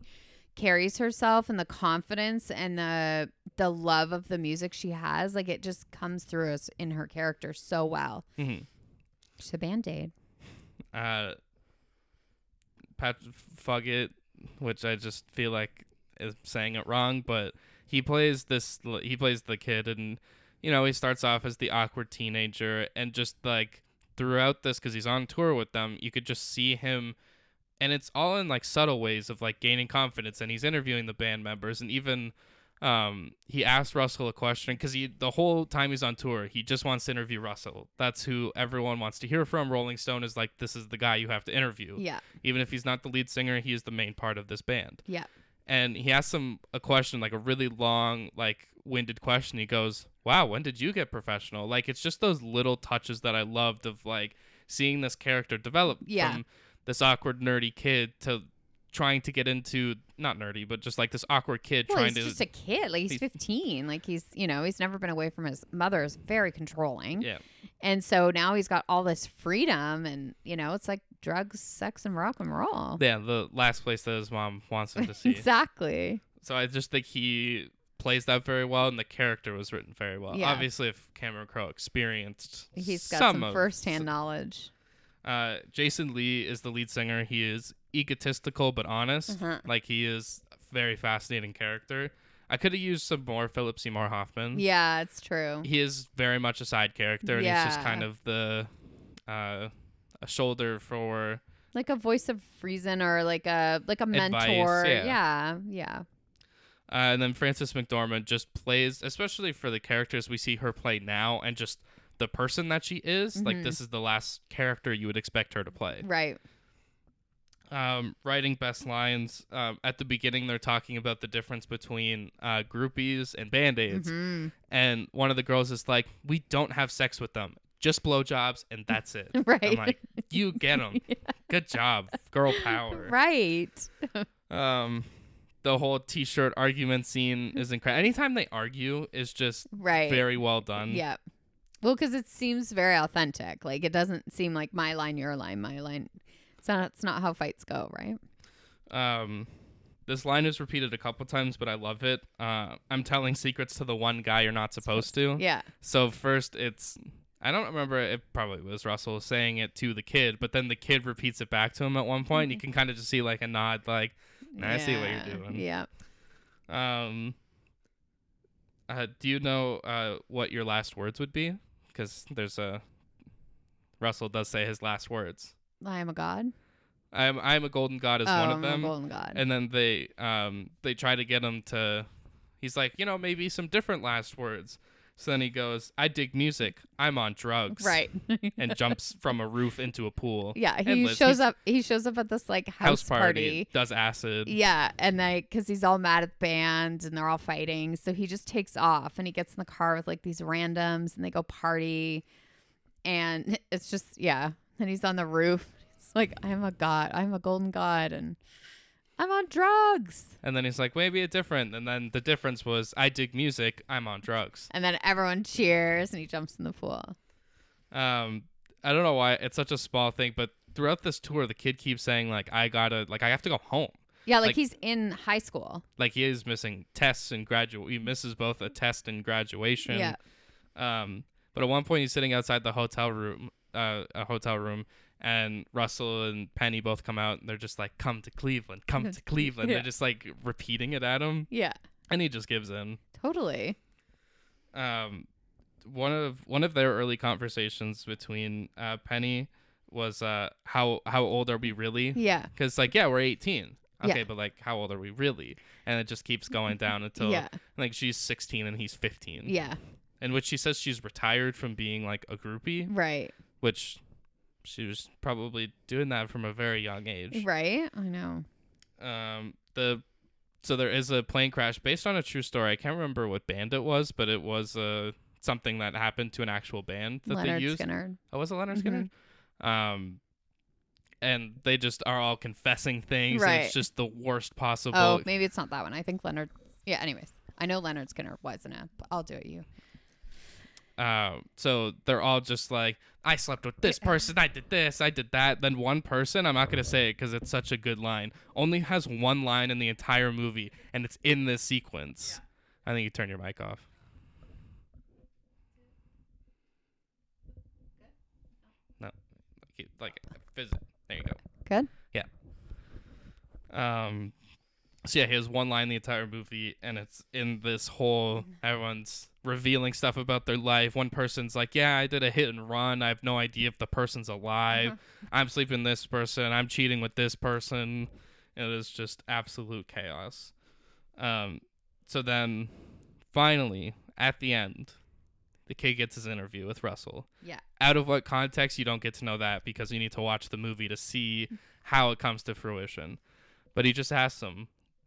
[SPEAKER 2] carries herself and the confidence and the the love of the music she has like it just comes through us in her character so well
[SPEAKER 1] mhm.
[SPEAKER 2] she's a band-aid
[SPEAKER 1] uh, Pat Fuggett, which I just feel like is saying it wrong, but he plays this. He plays the kid, and you know he starts off as the awkward teenager, and just like throughout this, because he's on tour with them, you could just see him. And it's all in like subtle ways of like gaining confidence, and he's interviewing the band members, and even um, he asked Russell a question because he the whole time he's on tour, he just wants to interview Russell. That's who everyone wants to hear from. Rolling Stone is like, this is the guy you have to interview.
[SPEAKER 2] yeah
[SPEAKER 1] Even if he's not the lead singer, he is the main part of this band.
[SPEAKER 2] yeah
[SPEAKER 1] And he asks him a question, like a really long, like winded question. He goes, "Wow, when did you get professional?" Like it's just those little touches that I loved of like seeing this character develop
[SPEAKER 2] Yeah.
[SPEAKER 1] from this awkward nerdy kid to trying to get into not nerdy but just like this awkward kid
[SPEAKER 2] Well,
[SPEAKER 1] trying
[SPEAKER 2] he's
[SPEAKER 1] to
[SPEAKER 2] just a kid. Like he's,
[SPEAKER 1] he's-
[SPEAKER 2] 15. Like he's, you know, he's never been away from his mother. Is very controlling.
[SPEAKER 1] yeah
[SPEAKER 2] And so now he's got all this freedom, and you know, it's like drugs, sex, and rock and roll.
[SPEAKER 1] yeah the last place that his mom wants him to see
[SPEAKER 2] exactly.
[SPEAKER 1] so I just think he plays that very well and the character was written very well
[SPEAKER 2] Yeah.
[SPEAKER 1] obviously if Cameron Crowe experienced
[SPEAKER 2] He's got
[SPEAKER 1] some,
[SPEAKER 2] some,
[SPEAKER 1] of-
[SPEAKER 2] firsthand knowledge.
[SPEAKER 1] Uh, Jason Lee is the lead singer. He is egotistical but honest.
[SPEAKER 2] Uh-huh.
[SPEAKER 1] Like he is a very fascinating character. I could have used some more Philip Seymour Hoffman.
[SPEAKER 2] Yeah, it's true.
[SPEAKER 1] He is very much a side character, and he's just
[SPEAKER 2] Yeah.
[SPEAKER 1] kind of the uh, a shoulder for.
[SPEAKER 2] Like a voice of reason, or like a like a
[SPEAKER 1] Advice,
[SPEAKER 2] mentor.
[SPEAKER 1] yeah.
[SPEAKER 2] yeah, yeah.
[SPEAKER 1] Uh, and then Frances McDormand just plays, especially for the characters we see her play now, and just the person that she is. Like
[SPEAKER 2] Mhm.
[SPEAKER 1] this is the last character you would expect her to play.
[SPEAKER 2] Right.
[SPEAKER 1] um, writing best lines. Um, at the beginning, they're talking about the difference between uh, groupies and band aids.
[SPEAKER 2] hmm
[SPEAKER 1] And one of the girls is like, We don't have sex with them, just blowjobs, and that's it. I'm
[SPEAKER 2] Right.
[SPEAKER 1] like, You get them. Good job. Girl power.
[SPEAKER 2] Right.
[SPEAKER 1] Um, the whole t shirt argument scene is incredible. Anytime they argue is just
[SPEAKER 2] Right.
[SPEAKER 1] very well done.
[SPEAKER 2] Yeah. Well, because it seems very authentic. Like it doesn't seem like my line, your line, my line. It's not. It's not how fights go, right?
[SPEAKER 1] Um, this line is repeated a couple times, but I love it. Uh, I'm telling secrets to the one guy you're not supposed to.
[SPEAKER 2] Yeah.
[SPEAKER 1] So first, it's I don't remember. It probably was Russell saying it to the kid, but then the kid repeats it back to him at one point. You
[SPEAKER 2] Mm-hmm.
[SPEAKER 1] can kind of just see like a nod, like "Nah, I see what
[SPEAKER 2] Yeah.
[SPEAKER 1] you're doing.
[SPEAKER 2] Yeah.
[SPEAKER 1] Um, uh, do you know uh, what your last words would be? Because there's a Russell does say his last words.
[SPEAKER 2] I am a god.
[SPEAKER 1] I'm I'm a golden god is
[SPEAKER 2] oh,
[SPEAKER 1] one
[SPEAKER 2] I'm
[SPEAKER 1] of them,
[SPEAKER 2] a golden god.
[SPEAKER 1] and then they um they try to get him to. He's like, you know, maybe some different last words. So then he goes, "I dig music. I'm on drugs."
[SPEAKER 2] right.
[SPEAKER 1] and jumps from a roof into a pool.
[SPEAKER 2] yeah. He
[SPEAKER 1] Endless.
[SPEAKER 2] shows
[SPEAKER 1] He's-
[SPEAKER 2] up. He shows up at this like house,
[SPEAKER 1] House party, does acid.
[SPEAKER 2] Yeah, and like, cause he's all mad at the band and they're all fighting, so he just takes off and he gets in the car with like these randoms and they go party, and it's just yeah. And he's on the roof. It's like I'm a god, I'm a golden god, and I'm on drugs.
[SPEAKER 1] And then he's like, maybe a different. And then the difference was, I dig music, I'm on drugs.
[SPEAKER 2] And then everyone cheers and he jumps in the pool.
[SPEAKER 1] Um, I don't know why it's such a small thing, but throughout this tour, the kid keeps saying like, I gotta, like, I have to go home.
[SPEAKER 2] Yeah, like,
[SPEAKER 1] Like-
[SPEAKER 2] he's in high school.
[SPEAKER 1] Like he is missing tests and graduate. He misses both a test and graduation.
[SPEAKER 2] Yeah,
[SPEAKER 1] Um, but at one point, he's sitting outside the hotel room, uh, a hotel room, and Russell and Penny both come out, and they're just like, "Come to Cleveland, come to Cleveland."
[SPEAKER 2] Yeah.
[SPEAKER 1] They're just like repeating it at him,
[SPEAKER 2] yeah,
[SPEAKER 1] and he just gives in.
[SPEAKER 2] totally.
[SPEAKER 1] Um, one of one of their early conversations between uh, Penny was, uh, "How how old are we really?"
[SPEAKER 2] Yeah,
[SPEAKER 1] Because like, yeah, we're eighteen.
[SPEAKER 2] Yeah.
[SPEAKER 1] Okay, but like, how old are we really? And it just keeps going down until
[SPEAKER 2] yeah,
[SPEAKER 1] like she's sixteen and he's fifteen.
[SPEAKER 2] yeah,
[SPEAKER 1] In which she says she's retired from being like a groupie.
[SPEAKER 2] right,
[SPEAKER 1] which she was probably doing that from a very young age.
[SPEAKER 2] right. I know.
[SPEAKER 1] Um, the so there is a plane crash based on a true story. I can't remember what band it was, but it was uh, something that happened to an actual band that
[SPEAKER 2] Leonard
[SPEAKER 1] they used.
[SPEAKER 2] Skinner. Mm-hmm.
[SPEAKER 1] Oh, was it Leonard Skinner? Um, and they just are all confessing things. And
[SPEAKER 2] Right.
[SPEAKER 1] it's just the worst possible.
[SPEAKER 2] Oh, maybe it's not that one. I think Leonard. Yeah. Anyways, I know Leonard Skinner wasn't a. But I'll do it. You.
[SPEAKER 1] Uh, so they're all just like, I slept with this person, I did this, I did that. Then one person, I'm not gonna say it because it's such a good line, only has one line in the entire movie, and it's in this sequence. I think you turn your mic off. No, like, it- like visit. There you go.
[SPEAKER 2] Good.
[SPEAKER 1] Um, so yeah, he has one line the entire movie, and it's in this whole everyone's revealing stuff about their life. One person's like, "Yeah, I did a hit and run. I have no idea if the person's alive. I'm sleeping with this person. I'm cheating with this person." It is just absolute chaos. Um, so then, finally, at the end, the kid gets his interview with Russell
[SPEAKER 2] Yeah.
[SPEAKER 1] out of what context you don't get to know that because you need to watch the movie to see how it comes to fruition but he just asks him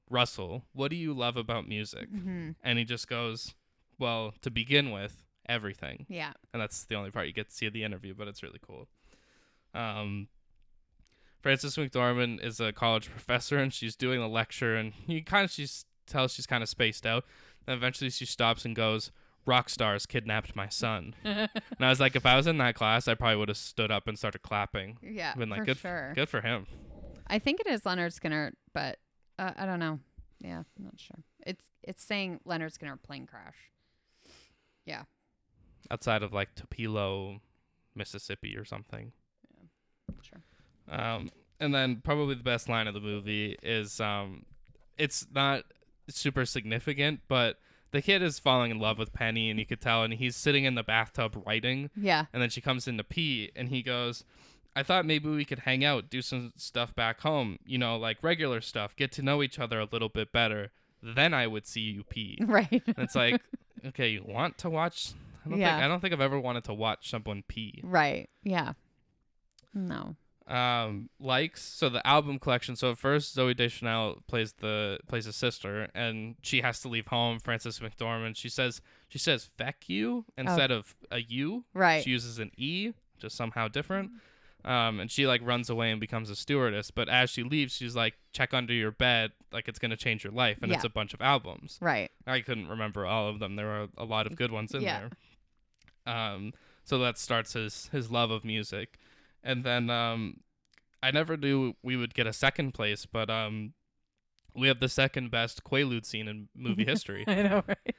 [SPEAKER 1] russell what do you love about music
[SPEAKER 2] hmm
[SPEAKER 1] and he just goes well to begin with everything
[SPEAKER 2] Yeah.
[SPEAKER 1] and that's the only part you get to see of the interview but it's really cool Um, Frances McDormand is a college professor, and she's doing a lecture, and you kind of she's tells she's kind of spaced out. And eventually, she stops and goes, "Rock stars kidnapped my son." and I was like, if I was in that class, I probably would have stood up and started clapping.
[SPEAKER 2] Yeah,
[SPEAKER 1] Been like,
[SPEAKER 2] for
[SPEAKER 1] good, f-
[SPEAKER 2] sure.
[SPEAKER 1] good for him.
[SPEAKER 2] I think it is Leonard Skinner, but uh, I don't know. Yeah, I'm not sure. It's it's saying Leonard Skinner plane crash.
[SPEAKER 1] Outside of like Topilo, Mississippi, or something.
[SPEAKER 2] Sure.
[SPEAKER 1] Um, and then probably the best line of the movie is um, it's not super significant, but the kid is falling in love with Penny, and you could tell, and he's sitting in the bathtub writing,
[SPEAKER 2] Yeah.
[SPEAKER 1] and then she comes in to pee, and he goes, "I thought maybe we could hang out, do some stuff back home, you know, like regular stuff, get to know each other a little bit better. Then I would see you pee."
[SPEAKER 2] Right.
[SPEAKER 1] And it's like, okay, you want to watch? I don't
[SPEAKER 2] Yeah.
[SPEAKER 1] think I don't think I've ever wanted to watch someone pee.
[SPEAKER 2] right. Yeah. No.
[SPEAKER 1] um, likes. So the album collection. So at first, Zoe Deschanel plays the plays a sister, and she has to leave home. Frances McDormand. She says she says "feck you" instead of a "u."
[SPEAKER 2] Oh. Right. Mm-hmm.
[SPEAKER 1] She uses an "e," just somehow different. Um, and she like runs away and becomes a stewardess. But as she leaves, she's like, "Check under your bed, like it's gonna change your life." And it's
[SPEAKER 2] Yeah.
[SPEAKER 1] a bunch of albums.
[SPEAKER 2] right.
[SPEAKER 1] I couldn't remember all of them. There were a lot of good ones in
[SPEAKER 2] Yeah.
[SPEAKER 1] there. Um, so that starts his his love of music, and then um, I never knew we would get a second place, but um, we have the second best Quaalude scene in movie history.
[SPEAKER 2] I know. Right.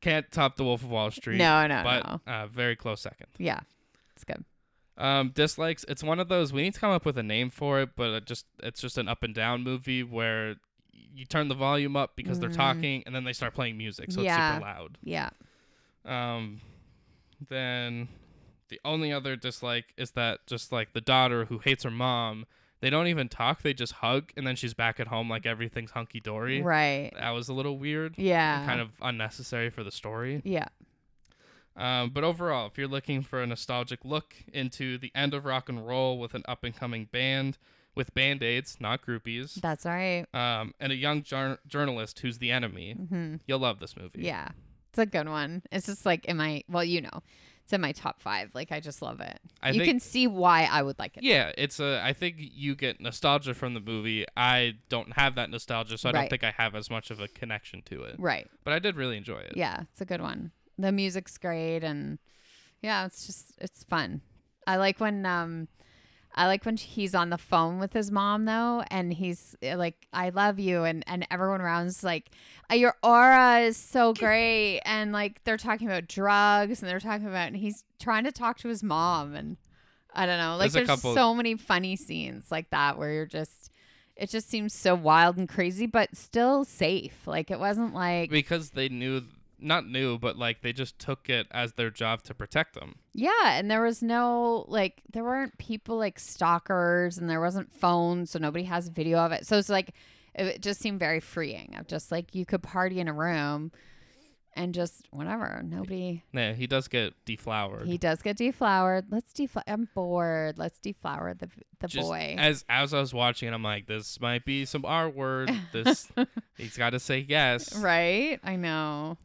[SPEAKER 1] Can't top The Wolf of Wall Street.
[SPEAKER 2] No. No.
[SPEAKER 1] But
[SPEAKER 2] no.
[SPEAKER 1] uh, very close second.
[SPEAKER 2] Yeah. It's good.
[SPEAKER 1] Um, dislikes. It's one of those we need to come up with a name for it, but it just it's just an up and down movie where you turn the volume up because they're
[SPEAKER 2] Mm.
[SPEAKER 1] talking and then they start playing music, so
[SPEAKER 2] Yeah.
[SPEAKER 1] it's super loud.
[SPEAKER 2] Yeah.
[SPEAKER 1] Um, then the only other dislike is that just like the daughter who hates her mom, they don't even talk. They just hug, and then she's back at home like everything's hunky dory.
[SPEAKER 2] Right.
[SPEAKER 1] That was a little weird.
[SPEAKER 2] Yeah.
[SPEAKER 1] and Kind of unnecessary for the story.
[SPEAKER 2] Yeah.
[SPEAKER 1] Um, but overall, if you're looking for a nostalgic look into the end of rock and roll with an up and coming band, with band aids, not groupies,
[SPEAKER 2] That's all right.
[SPEAKER 1] um, and a young jour- journalist who's the enemy,
[SPEAKER 2] Mm-hmm.
[SPEAKER 1] you'll love this movie.
[SPEAKER 2] Yeah. It's a good one. It's just like in my well, you know, it's in my top five. Like I just love it.
[SPEAKER 1] I
[SPEAKER 2] you
[SPEAKER 1] think-
[SPEAKER 2] can see why I would like it.
[SPEAKER 1] Yeah, it's a. I think you get nostalgia from the movie. I don't have that nostalgia, so I
[SPEAKER 2] Right.
[SPEAKER 1] don't think I have as much of a connection to it.
[SPEAKER 2] Right.
[SPEAKER 1] But I did really enjoy it.
[SPEAKER 2] Yeah, it's a good one. The music's great and yeah, it's just it's fun. I like when um I like when he's on the phone with his mom though and he's uh, like I love you and and everyone around's like "Uh, your aura is so great and like they're talking about drugs and they're talking about and he's trying to talk to his mom and I don't know. Like
[SPEAKER 1] There's a
[SPEAKER 2] there's,
[SPEAKER 1] couple-
[SPEAKER 2] so many funny scenes like that where you're just it just seems so wild and crazy but still safe. Like it wasn't like
[SPEAKER 1] because they knew, not knew, but like they just took it as their job to protect them.
[SPEAKER 2] Yeah, and there was no like there weren't people like stalkers and there wasn't phones, so nobody has video of it. So it's like it- it just seemed very freeing of just like you could party in a room and just whatever. Nobody
[SPEAKER 1] Yeah, he does get deflowered.
[SPEAKER 2] he does get deflowered. Let's deflower I'm bored. Let's deflower the the
[SPEAKER 1] Just
[SPEAKER 2] boy.
[SPEAKER 1] As as I was watching it, I'm like, this might be some R word. This he's got to say yes.
[SPEAKER 2] right? I know.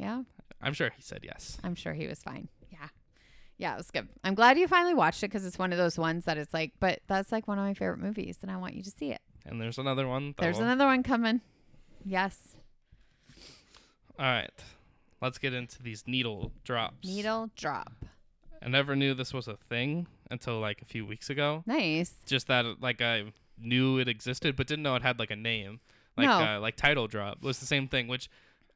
[SPEAKER 2] Yeah,
[SPEAKER 1] I'm sure he said yes.
[SPEAKER 2] I'm sure he was fine. Yeah. Yeah, it was good. I'm glad you finally watched it because it's one of those ones that it's like, but that's like one of my favorite movies, and I want you to see it.
[SPEAKER 1] And there's another one.
[SPEAKER 2] There's
[SPEAKER 1] though.
[SPEAKER 2] another one coming. Yes.
[SPEAKER 1] All right, let's get into these needle drops.
[SPEAKER 2] Needle drop.
[SPEAKER 1] I never knew this was a thing until like a few weeks ago.
[SPEAKER 2] Nice.
[SPEAKER 1] Just that like I knew it existed but didn't know it had like a name. Like
[SPEAKER 2] No.
[SPEAKER 1] uh, like title drop was the same thing which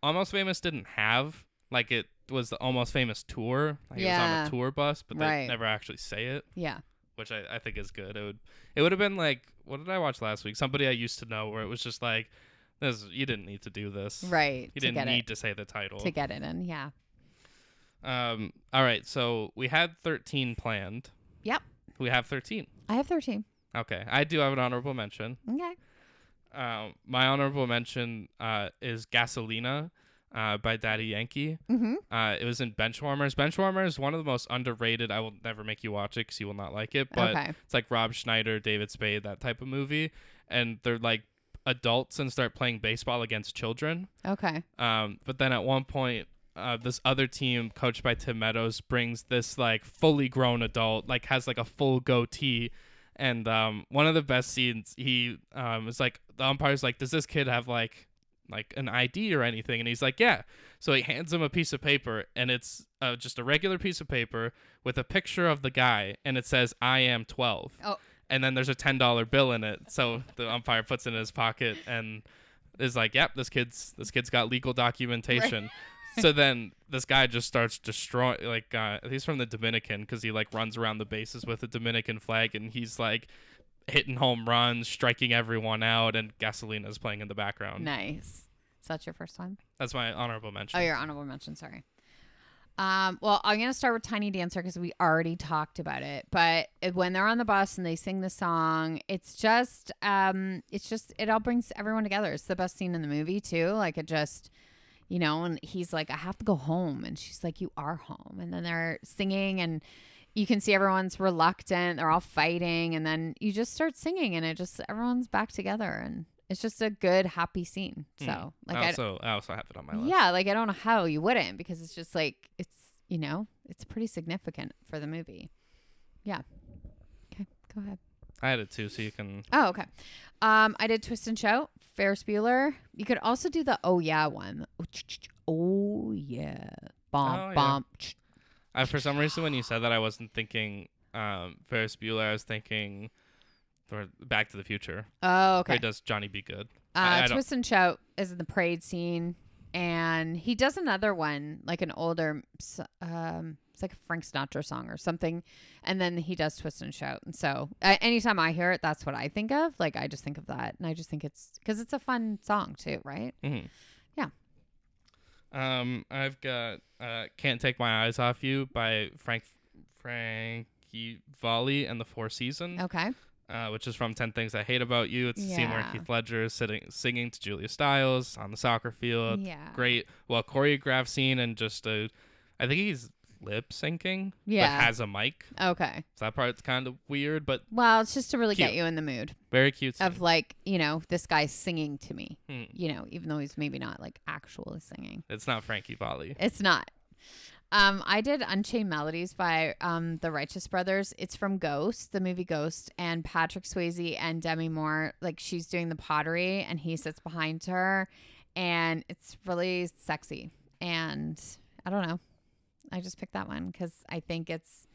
[SPEAKER 1] Almost Famous didn't have. Like it was the Almost Famous tour. Like it was on
[SPEAKER 2] Yeah.
[SPEAKER 1] a tour bus, but
[SPEAKER 2] Right.
[SPEAKER 1] they never actually say it,
[SPEAKER 2] Yeah.
[SPEAKER 1] which I, I think is good. It would it would have been like what did I watch last week? Somebody I used to know where it was just like this you didn't need to do this.
[SPEAKER 2] Right.
[SPEAKER 1] You
[SPEAKER 2] to
[SPEAKER 1] didn't
[SPEAKER 2] get
[SPEAKER 1] need
[SPEAKER 2] it.
[SPEAKER 1] to say the title.
[SPEAKER 2] to get it in. Yeah.
[SPEAKER 1] um all right, so we had 13 planned.
[SPEAKER 2] Yep.
[SPEAKER 1] We have 13.
[SPEAKER 2] I have 13.
[SPEAKER 1] Okay, I do have an honorable mention.
[SPEAKER 2] Okay.
[SPEAKER 1] Um, my honorable mention uh, is "Gasolina" uh, by Daddy Yankee.
[SPEAKER 2] Mm-hmm.
[SPEAKER 1] Uh, it was in Benchwarmers. Benchwarmers, one of the most underrated. I will never make you watch it because you will not like it. But
[SPEAKER 2] Okay.
[SPEAKER 1] it's like Rob Schneider, David Spade, that type of movie, and they're like adults and start playing baseball against children.
[SPEAKER 2] Okay.
[SPEAKER 1] Um, but then at one point, uh, this other team coached by Tim Meadows brings this like fully grown adult, like has like a full goatee. And um, one of the best scenes, he um, is like, the umpire's like, does this kid have like like an ID or anything? And he's like, yeah. So he hands him a piece of paper and it's uh, just a regular piece of paper with a picture of the guy and it says, I am 12.
[SPEAKER 2] Oh.
[SPEAKER 1] And then there's a $10 bill in it. So the umpire puts it in his pocket and is like, yep, this kid's this kid's got legal documentation. so then this guy just starts destroying like uh, he's from the dominican because he like runs around the bases with a dominican flag and he's like hitting home runs striking everyone out and gasolina's playing in the background
[SPEAKER 2] Nice. So that's your first one?
[SPEAKER 1] that's my honorable mention
[SPEAKER 2] Oh, your honorable mention. Sorry. Um, well, I'm gonna start with Tiny Dancer because we already talked about it. But it- when they're on the bus and they sing the song, it's just, um, it's just, it all brings everyone together. It's the best scene in the movie too. Like it just, you know, and he's like, I have to go home, and she's like, You are home, and then they're singing and. You can see everyone's reluctant. They're all fighting, and then you just start singing, and it just everyone's back together, and it's just a good, happy scene. So,
[SPEAKER 1] Mm.
[SPEAKER 2] like,
[SPEAKER 1] I
[SPEAKER 2] I,
[SPEAKER 1] also I also have it on my list
[SPEAKER 2] yeah, like I don't know how you wouldn't because it's just like it's you know it's pretty significant for the movie. Yeah. Okay, go ahead.
[SPEAKER 1] i had it too so you can
[SPEAKER 2] Oh, okay. Um, I did Twist and Shout, Ferris Bueller. You could also do the Oh Yeah one. Oh, ch- ch- ch- Oh yeah,
[SPEAKER 1] Oh,
[SPEAKER 2] bomb
[SPEAKER 1] yeah.
[SPEAKER 2] bomb. ch-
[SPEAKER 1] I, for some reason when you said that i wasn't thinking um ferris bueller i was thinking or back to the future
[SPEAKER 2] Oh,
[SPEAKER 1] where
[SPEAKER 2] okay.
[SPEAKER 1] he does johnny be good I- I
[SPEAKER 2] Uh,
[SPEAKER 1] don't-
[SPEAKER 2] Twist and Shout is in the parade scene, and he does another one, like an older, s- um, it's like a Frank Sinatra song or something, and then he does Twist and Shout. And so, uh, anytime I hear it, that's what I think of. Like I just think of that, and I just think it's because it's a fun song too, right?
[SPEAKER 1] Mm-hmm.
[SPEAKER 2] Yeah.
[SPEAKER 1] Um, I've got uh, "Can't Take My Eyes Off You" by Frank Frankie Valli and the Four Seasons,
[SPEAKER 2] Okay.
[SPEAKER 1] uh, which is from Ten Things I Hate About You. It's the scene where
[SPEAKER 2] Oh. Yeah.
[SPEAKER 1] Keith Ledger is sitting singing to Julia Stiles on the soccer field.
[SPEAKER 2] yeah.
[SPEAKER 1] Great, well choreographed scene and just a, I think he's lip syncing.
[SPEAKER 2] Yeah.
[SPEAKER 1] But has a mic.
[SPEAKER 2] Okay.
[SPEAKER 1] So that part's kind of weird, but
[SPEAKER 2] Well, it's just to really get
[SPEAKER 1] Cute.
[SPEAKER 2] you in the mood
[SPEAKER 1] very cute. Scene.
[SPEAKER 2] of like you know this guy's singing to me,
[SPEAKER 1] Hmm.
[SPEAKER 2] you know, even though he's maybe not like actually singing.
[SPEAKER 1] It's not Frankie Valli.
[SPEAKER 2] It's not. Um, I did Unchained Melodies by um, the Righteous Brothers. It's from Ghost, the movie Ghost, and Patrick Swayze and Demi Moore. Like she's doing the pottery, and he sits behind her, and it's really sexy. And I don't know. I just picked that one because I think it's,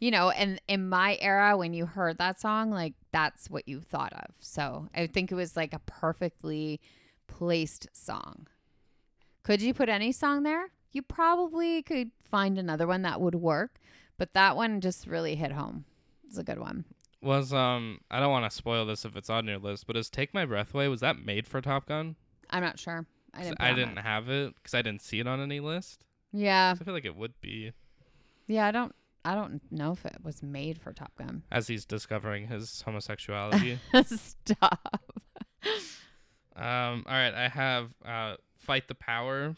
[SPEAKER 2] you know, and in my era when you heard that song, like that's what you thought of. So I think it was like a perfectly placed song. Could you put any song there? You probably could find another one that would work, but that one just really hit home. It's a good one.
[SPEAKER 1] Was um I don't want to spoil this if it's on your list, but is "Take My Breath Away" was that made for Top Gun?
[SPEAKER 2] I'm not sure. I
[SPEAKER 1] 'Cause
[SPEAKER 2] didn't. put
[SPEAKER 1] I
[SPEAKER 2] that
[SPEAKER 1] didn't
[SPEAKER 2] one.
[SPEAKER 1] have it because I didn't see it on any list.
[SPEAKER 2] Yeah,
[SPEAKER 1] 'Cause I feel like it would be
[SPEAKER 2] yeah. I don't. I don't know if it was made for Top Gun.
[SPEAKER 1] as he's discovering his homosexuality.
[SPEAKER 2] Stop.
[SPEAKER 1] um, all right, I have uh, "Fight the Power."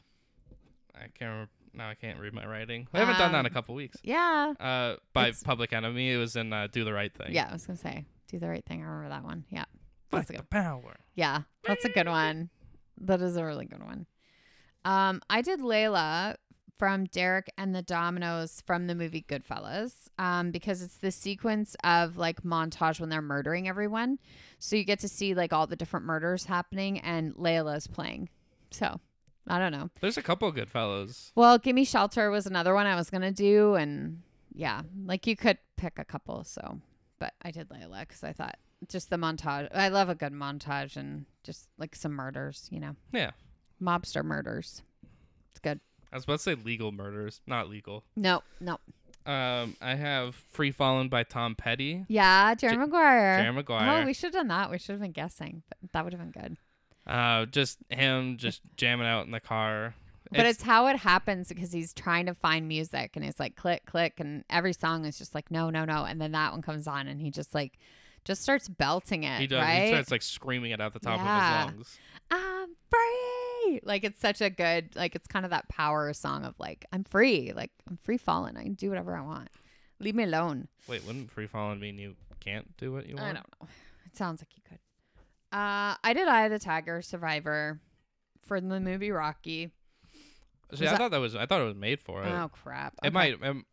[SPEAKER 1] I can't remember now. I can't read my writing. I haven't done that in a
[SPEAKER 2] Um,
[SPEAKER 1] couple weeks.
[SPEAKER 2] Yeah.
[SPEAKER 1] Uh, by
[SPEAKER 2] it's-
[SPEAKER 1] Public Enemy, it was in uh, "Do the Right Thing."
[SPEAKER 2] Yeah, I was gonna say, do the right thing. I remember that one. Yeah.
[SPEAKER 1] fight
[SPEAKER 2] That's a
[SPEAKER 1] the
[SPEAKER 2] good.
[SPEAKER 1] power.
[SPEAKER 2] Yeah, that's a good one. That is a really good one. Um, I did Layla from Derek and the Dominoes from the movie Goodfellas um, because it's the sequence of like montage when they're murdering everyone. So you get to see like all the different murders happening and Layla's playing. So I don't know.
[SPEAKER 1] There's a couple good fellows.
[SPEAKER 2] Well, Gimme Shelter was another one I was going to do. And yeah, like you could pick a couple. So, but I did Layla because I thought just the montage. I love a good montage and just like some murders, you know,
[SPEAKER 1] Yeah,
[SPEAKER 2] mobster murders. It's good.
[SPEAKER 1] I was about to say legal murders, not legal.
[SPEAKER 2] No, no.
[SPEAKER 1] Um, I have "Free Fallen" by Tom Petty.
[SPEAKER 2] Yeah, Jerry Maguire.
[SPEAKER 1] Jerry Maguire.
[SPEAKER 2] Oh, we should have done that. We should have been guessing, but that would have been good.
[SPEAKER 1] Uh, just him just jamming out in the car.
[SPEAKER 2] But it's, how it happens because he's trying to find music and it's like click, click, and every song is just like no, no, no, and then that one comes on and he just like just starts belting it,
[SPEAKER 1] he does
[SPEAKER 2] right?
[SPEAKER 1] he starts like screaming it out the top
[SPEAKER 2] Yeah.
[SPEAKER 1] of his lungs.
[SPEAKER 2] I'm free. Like it's such a good, like it's kind of that power song of like I'm free, like I'm free falling. I can do whatever I want. Leave me alone.
[SPEAKER 1] Wait, wouldn't free falling mean you can't do what you
[SPEAKER 2] I
[SPEAKER 1] want?
[SPEAKER 2] don't know. It sounds like you could. Uh, I did Eye of the Tiger Survivor for the movie Rocky.
[SPEAKER 1] See,
[SPEAKER 2] Was
[SPEAKER 1] I
[SPEAKER 2] that-
[SPEAKER 1] thought that was I thought it was made for it.
[SPEAKER 2] Oh crap!
[SPEAKER 1] It might um,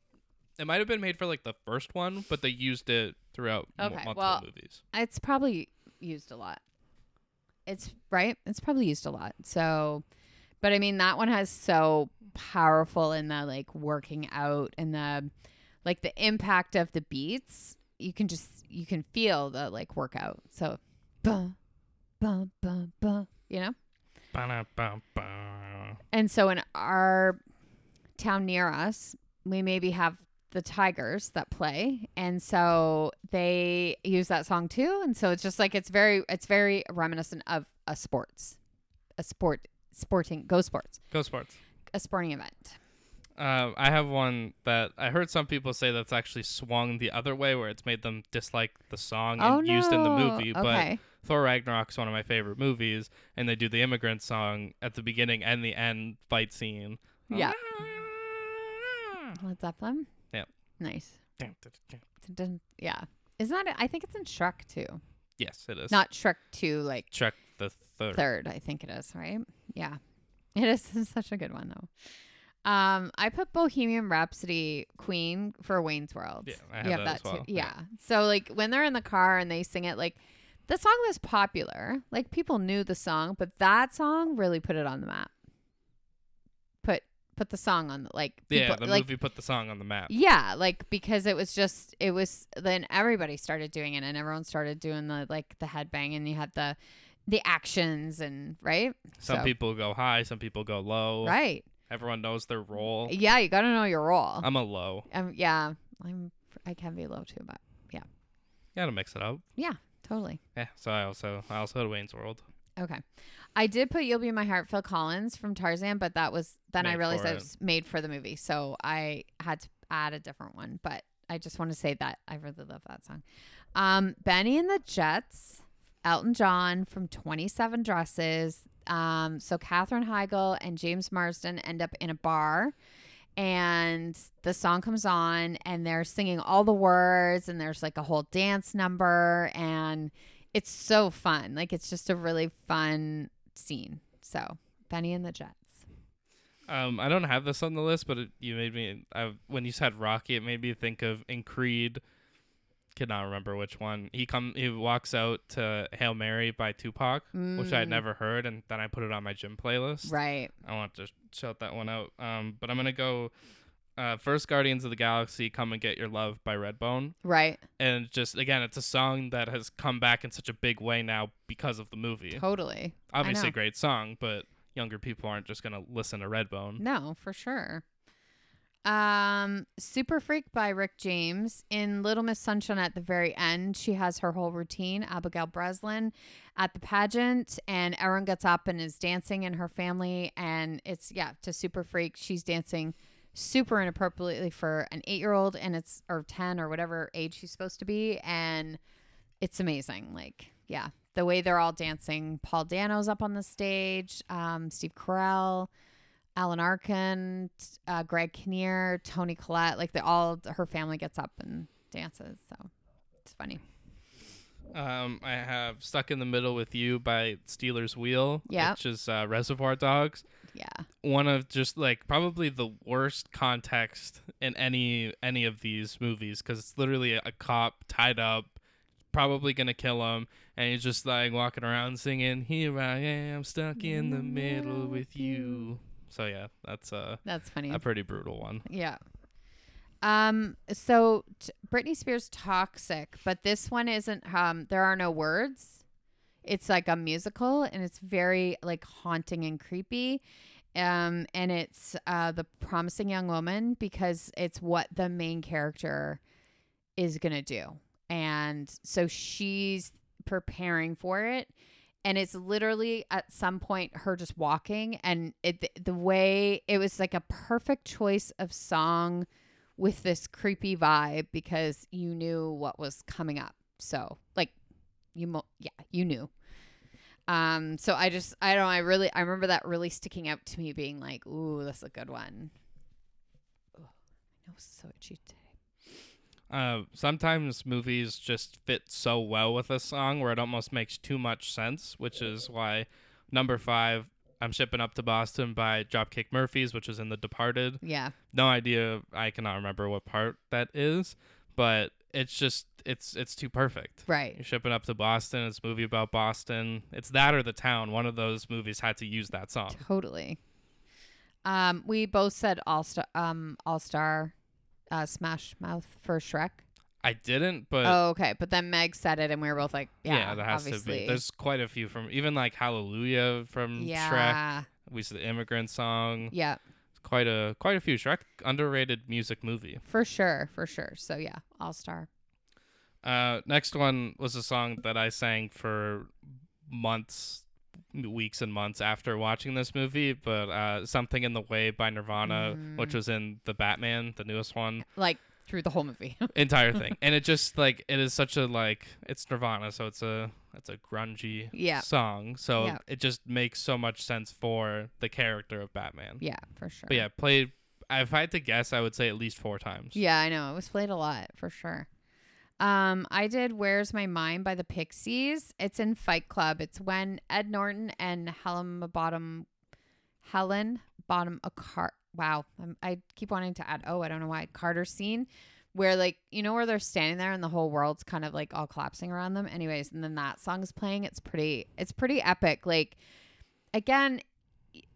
[SPEAKER 1] it might have been made for like the first one, but they used it throughout mul-
[SPEAKER 2] Okay,
[SPEAKER 1] multiple
[SPEAKER 2] well-
[SPEAKER 1] movies.
[SPEAKER 2] It's probably used a lot. It's right. It's probably used a lot. So, but I mean that one has so powerful in the like working out and the like the impact of the beats. You can just you can feel the like workout. So, bah, bah, bah, bah, you know.
[SPEAKER 1] Ba-da-ba-ba.
[SPEAKER 2] And so in our town near us, we maybe have the Tigers that play. And so they use that song too. And so it's just like it's very it's very reminiscent of a sports. A sport sporting go sports.
[SPEAKER 1] Go sports.
[SPEAKER 2] A sporting event.
[SPEAKER 1] Uh, I have one that I heard some people say that's actually swung the other way, where it's made them dislike the song and
[SPEAKER 2] oh no.
[SPEAKER 1] used in the movie. But
[SPEAKER 2] Okay.
[SPEAKER 1] Thor Ragnarok's one of my favorite movies, and they do the immigrant song at the beginning and the end fight scene.
[SPEAKER 2] Yeah. Led Zeppelin?
[SPEAKER 1] Yeah.
[SPEAKER 2] Nice. Dun, dun. Yeah. Isn't that I think it's in Shrek too.
[SPEAKER 1] Yes, it is.
[SPEAKER 2] Not Shrek two, like
[SPEAKER 1] Check the third.
[SPEAKER 2] third, I think it is, right? Yeah. It is it's such a good one though. Um, I put Bohemian Rhapsody Queen for Wayne's World.
[SPEAKER 1] Yeah, I have that as well.
[SPEAKER 2] Yeah.
[SPEAKER 1] Yeah.
[SPEAKER 2] So like when they're in the car and they sing it, like the song was popular. Like people knew the song, but that song really put it on the map. Put put the song on the like
[SPEAKER 1] Yeah,
[SPEAKER 2] people-
[SPEAKER 1] the
[SPEAKER 2] like,
[SPEAKER 1] movie put the song on the map.
[SPEAKER 2] yeah, like because it was just it was then everybody started doing it and everyone started doing the like the headbang and you had the the actions and right?
[SPEAKER 1] Some
[SPEAKER 2] So-
[SPEAKER 1] people go high, some people go low.
[SPEAKER 2] Right.
[SPEAKER 1] Everyone knows their role.
[SPEAKER 2] Yeah, you got to know your role. Um,
[SPEAKER 1] I'm a low.
[SPEAKER 2] yeah, I'm I can be low too, but
[SPEAKER 1] Gotta mix it up.
[SPEAKER 2] yeah, totally.
[SPEAKER 1] Yeah. So I also I also had Wayne's World.
[SPEAKER 2] Okay. I did put You'll Be My Heart Phil Collins from Tarzan, but that was then I
[SPEAKER 1] Made
[SPEAKER 2] realized
[SPEAKER 1] for
[SPEAKER 2] I
[SPEAKER 1] it.
[SPEAKER 2] was made for the movie, so I had to add a different one, but I just want to say that I really love that song. Um, Benny and the Jets, Elton John from 27 Dresses. Um, so Katherine Heigl and James Marsden end up in a bar and the song comes on and they're singing all the words and there's like a whole dance number and it's so fun. Like it's just a really fun scene. So Benny and the Jets.
[SPEAKER 1] Um, I don't have this on the list, but it, you made me. I, when you said Rocky, it made me think of in Creed. Cannot remember which one. He come. He walks out to "Hail Mary" by Tupac, which I had
[SPEAKER 2] Mm.
[SPEAKER 1] never heard, and then I put it on my gym playlist.
[SPEAKER 2] Right.
[SPEAKER 1] I want to shout that one out. Um, but I'm gonna go. Uh, first Guardians of the Galaxy, "Come and Get Your Love" by Redbone,
[SPEAKER 2] Right.
[SPEAKER 1] and just again, it's a song that has come back in such a big way now because of the movie.
[SPEAKER 2] Totally. I
[SPEAKER 1] Obviously,
[SPEAKER 2] know.
[SPEAKER 1] a great song, but younger people aren't just gonna listen to Redbone.
[SPEAKER 2] No, for sure. Um, Super Freak by Rick James. In Little Miss Sunshine at the very end, she has her whole routine. Abigail Breslin at the pageant, and Erin gets up and is dancing in her family. And it's, yeah, to Super Freak. She's dancing super inappropriately for an eight year old, and it's, or 10 or whatever age she's supposed to be. And it's amazing. Like, yeah, the way they're all dancing. Paul Dano's up on the stage, um, Steve Carell. Alan Arkin, t- uh, Greg Kinnear, Tony Collette, like they all her family gets up and dances. So it's funny.
[SPEAKER 1] Um, I have "Stuck in the Middle with You" by Steelers Wheel,
[SPEAKER 2] Yeah.
[SPEAKER 1] which is uh, Reservoir Dogs.
[SPEAKER 2] Yeah.
[SPEAKER 1] One of just like probably the worst context in any any of these movies because it's literally a cop tied up, probably gonna kill him, and he's just like walking around singing "Here I am, stuck in the middle with you." So yeah, that's a
[SPEAKER 2] That's funny.
[SPEAKER 1] a pretty brutal one.
[SPEAKER 2] Yeah. Um. So t- Britney Spears "Toxic," but this one isn't. Um. There are no words. It's like a musical, and it's very like haunting and creepy. Um. And it's uh the promising young woman because it's what the main character is gonna do, and so she's preparing for it. And it's literally at some point her just walking, and it the, the way it was like a perfect choice of song with this creepy vibe because you knew what was coming up. So like you mo- yeah, you knew. Um so I just I don't know, I really I remember that really sticking out to me being like, "Ooh, that's a good one." Oh, my nose is so itchy today.
[SPEAKER 1] Uh, sometimes movies just fit so well with a song where it almost makes too much sense, which is why number five, I'm shipping up to Boston by Dropkick Murphys, which was in The Departed.
[SPEAKER 2] Yeah.
[SPEAKER 1] No idea. I cannot remember what part that is, but it's just it's it's too perfect. You're
[SPEAKER 2] Right.
[SPEAKER 1] shipping up to Boston. It's a movie about Boston. It's that or the town. One of those movies had to use that song.
[SPEAKER 2] Totally. Um, we both said all star, um, all star, uh, Smash Mouth for Shrek.
[SPEAKER 1] I didn't, but
[SPEAKER 2] oh, okay. But then Meg said it, and we were both like,
[SPEAKER 1] yeah,
[SPEAKER 2] yeah,
[SPEAKER 1] there has
[SPEAKER 2] obviously.
[SPEAKER 1] to be. There's quite a few from even like Hallelujah from Shrek.
[SPEAKER 2] yeah,
[SPEAKER 1] We see the immigrant song.
[SPEAKER 2] yeah,
[SPEAKER 1] Quite a quite a few Shrek underrated music movie.
[SPEAKER 2] for sure, for sure. So yeah, all star.
[SPEAKER 1] Uh, next one was a song that I sang for months, weeks and months after watching this movie, but uh, "Something in the Way" by Nirvana,
[SPEAKER 2] Mm.
[SPEAKER 1] which was in the Batman, the newest one,
[SPEAKER 2] Like through the whole movie.
[SPEAKER 1] entire thing, and it just like it is such a like it's Nirvana, so it's a it's a grungy
[SPEAKER 2] Yeah.
[SPEAKER 1] song, so
[SPEAKER 2] Yeah.
[SPEAKER 1] it just makes so much sense for the character of Batman.
[SPEAKER 2] yeah, for sure.
[SPEAKER 1] But yeah, played. If I had to guess, I would say at least four times.
[SPEAKER 2] Yeah, I know. It was played a lot for sure. Um, I did Where's My Mind by the Pixies. It's in Fight Club. It's when Ed Norton and Helen Bottom Helen Bottom a car wow. I'm, I keep wanting to add oh, I don't know why. Carter scene where like you know where they're standing there and the whole world's kind of like all collapsing around them. Anyways, and then that song is playing. It's pretty it's pretty epic. Like again,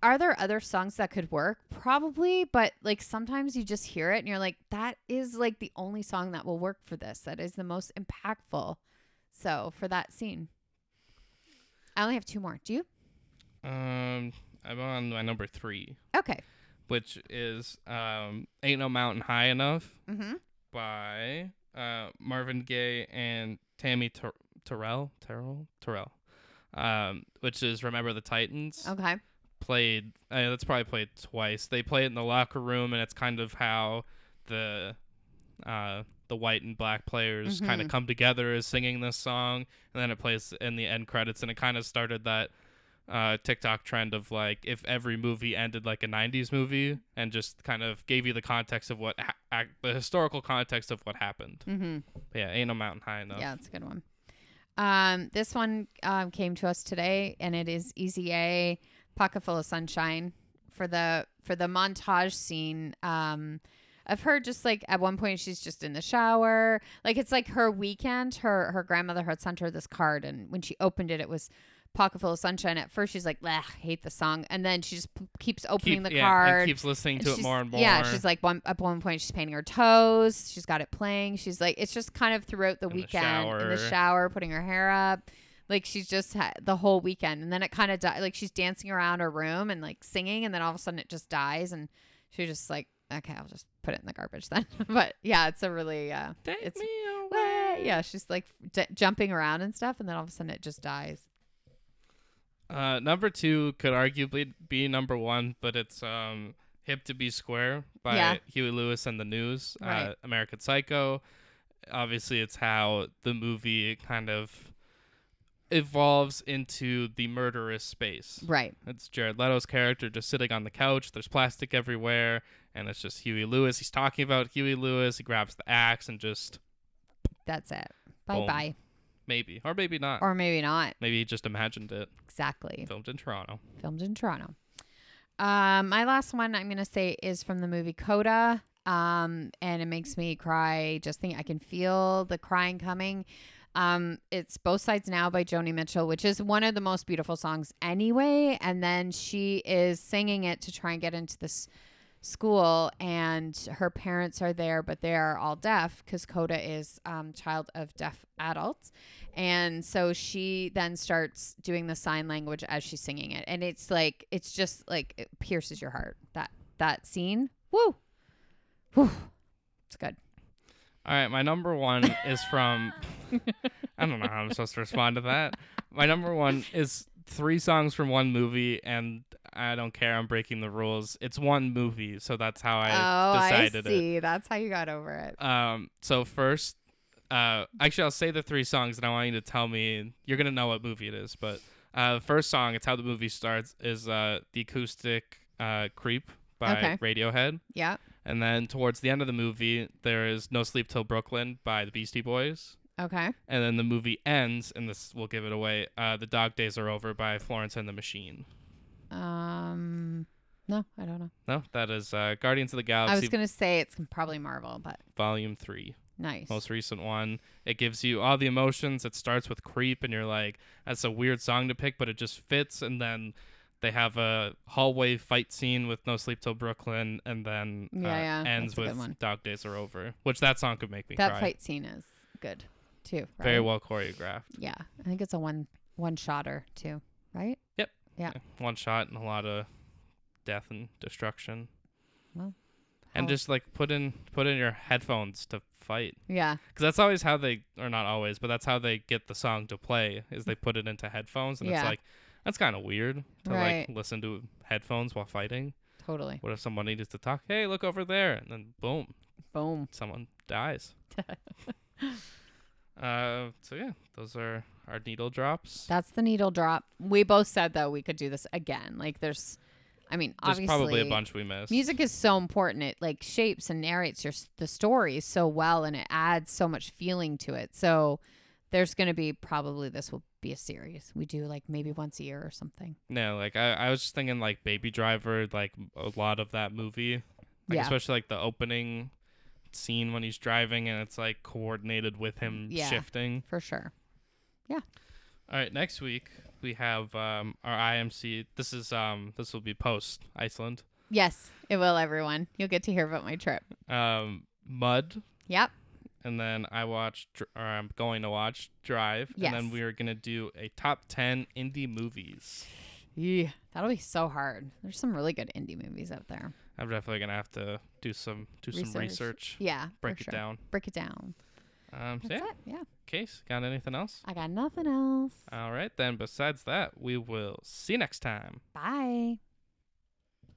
[SPEAKER 2] are there other songs that could work? Probably, but like sometimes you just hear it and you're like, that is like the only song that will work for this. That is the most impactful. So for that scene, I only have two more. Do you?
[SPEAKER 1] Um, I'm on my number three.
[SPEAKER 2] Okay.
[SPEAKER 1] which is um, "Ain't No Mountain High Enough"
[SPEAKER 2] Mm-hmm.
[SPEAKER 1] by uh, Marvin Gaye and Tammy Ter- Terrell, Terrell, Terrell, um, which is "Remember the Titans."
[SPEAKER 2] Okay.
[SPEAKER 1] Played uh, that's probably played twice. They play it in the locker room, and it's kind of how the uh, the white and black players kind of
[SPEAKER 2] Mhm.
[SPEAKER 1] come together is singing this song, and then it plays in the end credits, and it kind of started that uh, TikTok trend of like if every movie ended like a '90s movie, and just kind of gave you the context of what ha- ac- the historical context of what happened.
[SPEAKER 2] Mm-hmm.
[SPEAKER 1] But yeah, ain't no mountain high enough.
[SPEAKER 2] Yeah, it's a good one. Um, this one um, came to us today, and it is Easy A, "Pocket Full of Sunshine" for the for the montage scene um, of her. Just like at one point, she's just in the shower. Like it's like her weekend. Her her grandmother had sent her this card, and when she opened it, it was "Pocket Full of Sunshine." At first, she's like, "Ugh, I hate the song," and then she just p- keeps opening
[SPEAKER 1] Keep,
[SPEAKER 2] the
[SPEAKER 1] yeah,
[SPEAKER 2] card.
[SPEAKER 1] and keeps listening to it
[SPEAKER 2] she's-
[SPEAKER 1] more and more.
[SPEAKER 2] Yeah, she's like one at one point she's painting her toes. She's got it playing. She's like it's just kind of throughout the
[SPEAKER 1] the
[SPEAKER 2] weekend in the
[SPEAKER 1] shower.
[SPEAKER 2] shower, putting her hair up. Like she's just ha- the whole weekend, and then it kind of di- like she's dancing around her room and like singing, and then all of a sudden it just dies, and she's just like, okay, I'll just put it in the garbage then. but yeah, it's a really uh,
[SPEAKER 1] Take
[SPEAKER 2] it's-
[SPEAKER 1] me away.
[SPEAKER 2] way- yeah, she's like d- jumping around and stuff, and then all of a sudden it just dies.
[SPEAKER 1] Uh, number two could arguably be number one, but it's um, "Hip to Be Square" by
[SPEAKER 2] Yeah.
[SPEAKER 1] Huey Lewis and the News, uh,
[SPEAKER 2] Right.
[SPEAKER 1] American Psycho. Obviously, it's how the movie kind of evolves into the murderous space.
[SPEAKER 2] Right.
[SPEAKER 1] It's Jared Leto's character just sitting on the couch. There's plastic everywhere, and it's just Huey Lewis. He's talking about Huey Lewis. He grabs the axe and just
[SPEAKER 2] That's it. Bye
[SPEAKER 1] Boom.
[SPEAKER 2] bye.
[SPEAKER 1] maybe, or maybe not.
[SPEAKER 2] Or maybe not.
[SPEAKER 1] maybe he just imagined it.
[SPEAKER 2] Exactly.
[SPEAKER 1] Filmed in Toronto.
[SPEAKER 2] filmed in Toronto. Um, my last one I'm gonna say is from the movie Coda. Um, and it makes me cry. Just think I can feel the crying coming. Um, it's Both Sides Now by Joni Mitchell, which is one of the most beautiful songs anyway. And then she is singing it to try and get into this school, and her parents are there, but they are all deaf because Coda is um, child of deaf adults. And so she then starts doing the sign language as she's singing it. And it's like it's just like it pierces your heart. That that scene. Woo. Woo. It's good.
[SPEAKER 1] All right, my number one is from. I don't know how I'm supposed to respond to that. My number one is three songs from one movie, and I don't care. I'm breaking the rules. It's one movie, so that's how I
[SPEAKER 2] oh,
[SPEAKER 1] decided
[SPEAKER 2] I see. That's how you got over it.
[SPEAKER 1] it. Um, so first, uh, actually, I'll say the three songs, and I want you to tell me. You're gonna know what movie it is, but uh, the first song, it's how the movie starts, is uh, the acoustic uh, "Creep" by
[SPEAKER 2] Okay.
[SPEAKER 1] Radiohead.
[SPEAKER 2] Yeah.
[SPEAKER 1] And then towards the end of the movie, there is No Sleep Till Brooklyn by the Beastie Boys.
[SPEAKER 2] Okay.
[SPEAKER 1] And then the movie ends, and this will give it away. Uh, the Dog Days Are Over by Florence and the Machine.
[SPEAKER 2] Um, no, I don't know.
[SPEAKER 1] No, that is uh, Guardians of the
[SPEAKER 2] I was
[SPEAKER 1] Galaxy
[SPEAKER 2] gonna say it's probably Marvel, but
[SPEAKER 1] Volume Three,
[SPEAKER 2] nice.
[SPEAKER 1] most recent one. It gives you all the emotions. It starts with "Creep," and you're like, "That's a weird song to pick," but it just fits. And then they have a hallway fight scene with "No Sleep Till Brooklyn," and then uh,
[SPEAKER 2] Yeah, yeah,
[SPEAKER 1] ends
[SPEAKER 2] that's a good one.
[SPEAKER 1] with "Dog Days Are Over," which that song could make me
[SPEAKER 2] that
[SPEAKER 1] cry.
[SPEAKER 2] fight scene is good too. Right?
[SPEAKER 1] Very well choreographed.
[SPEAKER 2] Yeah, I think it's a one one shotter too, right?
[SPEAKER 1] One shot and a lot of death and destruction. And
[SPEAKER 2] How-
[SPEAKER 1] just like put in put in your headphones to fight.
[SPEAKER 2] yeah,
[SPEAKER 1] Because that's always how they, or not always, but that's how they get the song to play is they put it into headphones, and it's
[SPEAKER 2] Yeah.
[SPEAKER 1] like that's kind of weird to
[SPEAKER 2] Right.
[SPEAKER 1] like listen to headphones while fighting.
[SPEAKER 2] totally.
[SPEAKER 1] What if someone needs to talk? Hey, look over there, and then boom,
[SPEAKER 2] Boom.
[SPEAKER 1] someone dies. uh, so yeah, those are our needle drops.
[SPEAKER 2] That's the needle drop. We both said though we could do this again. Like there's, I mean,
[SPEAKER 1] There's
[SPEAKER 2] obviously
[SPEAKER 1] probably a bunch we missed.
[SPEAKER 2] Music is so important. It like shapes and narrates your s- the story so well, and it adds so much feeling to it. So there's going to be probably this will be a series we do like maybe once a year or something.
[SPEAKER 1] No, like I, I was just thinking like Baby Driver, like a lot of that movie, like
[SPEAKER 2] Yeah.
[SPEAKER 1] especially like the opening scene when he's driving and it's like coordinated with him
[SPEAKER 2] Mm, Yeah.
[SPEAKER 1] shifting.
[SPEAKER 2] For sure.
[SPEAKER 1] All right, next week we have um, our IMC. This is um this will be post Iceland.
[SPEAKER 2] Yes, it will, everyone. You'll get to hear about my trip.
[SPEAKER 1] Um, Mud,
[SPEAKER 2] Yep.
[SPEAKER 1] and then I watched Dr- or I'm going to watch Drive, and then
[SPEAKER 2] Yes.
[SPEAKER 1] we are gonna do a top ten indie movies.
[SPEAKER 2] Yeah. That'll be so hard. There's some really good indie movies out there.
[SPEAKER 1] I'm definitely gonna have to do some do some
[SPEAKER 2] Research.
[SPEAKER 1] research,
[SPEAKER 2] Yeah. for
[SPEAKER 1] break it
[SPEAKER 2] sure.
[SPEAKER 1] down.
[SPEAKER 2] Break it down.
[SPEAKER 1] Um, so
[SPEAKER 2] That's
[SPEAKER 1] yeah,
[SPEAKER 2] it. Yeah.
[SPEAKER 1] case got anything else?
[SPEAKER 2] I got nothing else.
[SPEAKER 1] Uh. All right, then, besides that, we will see you next time.
[SPEAKER 2] Bye.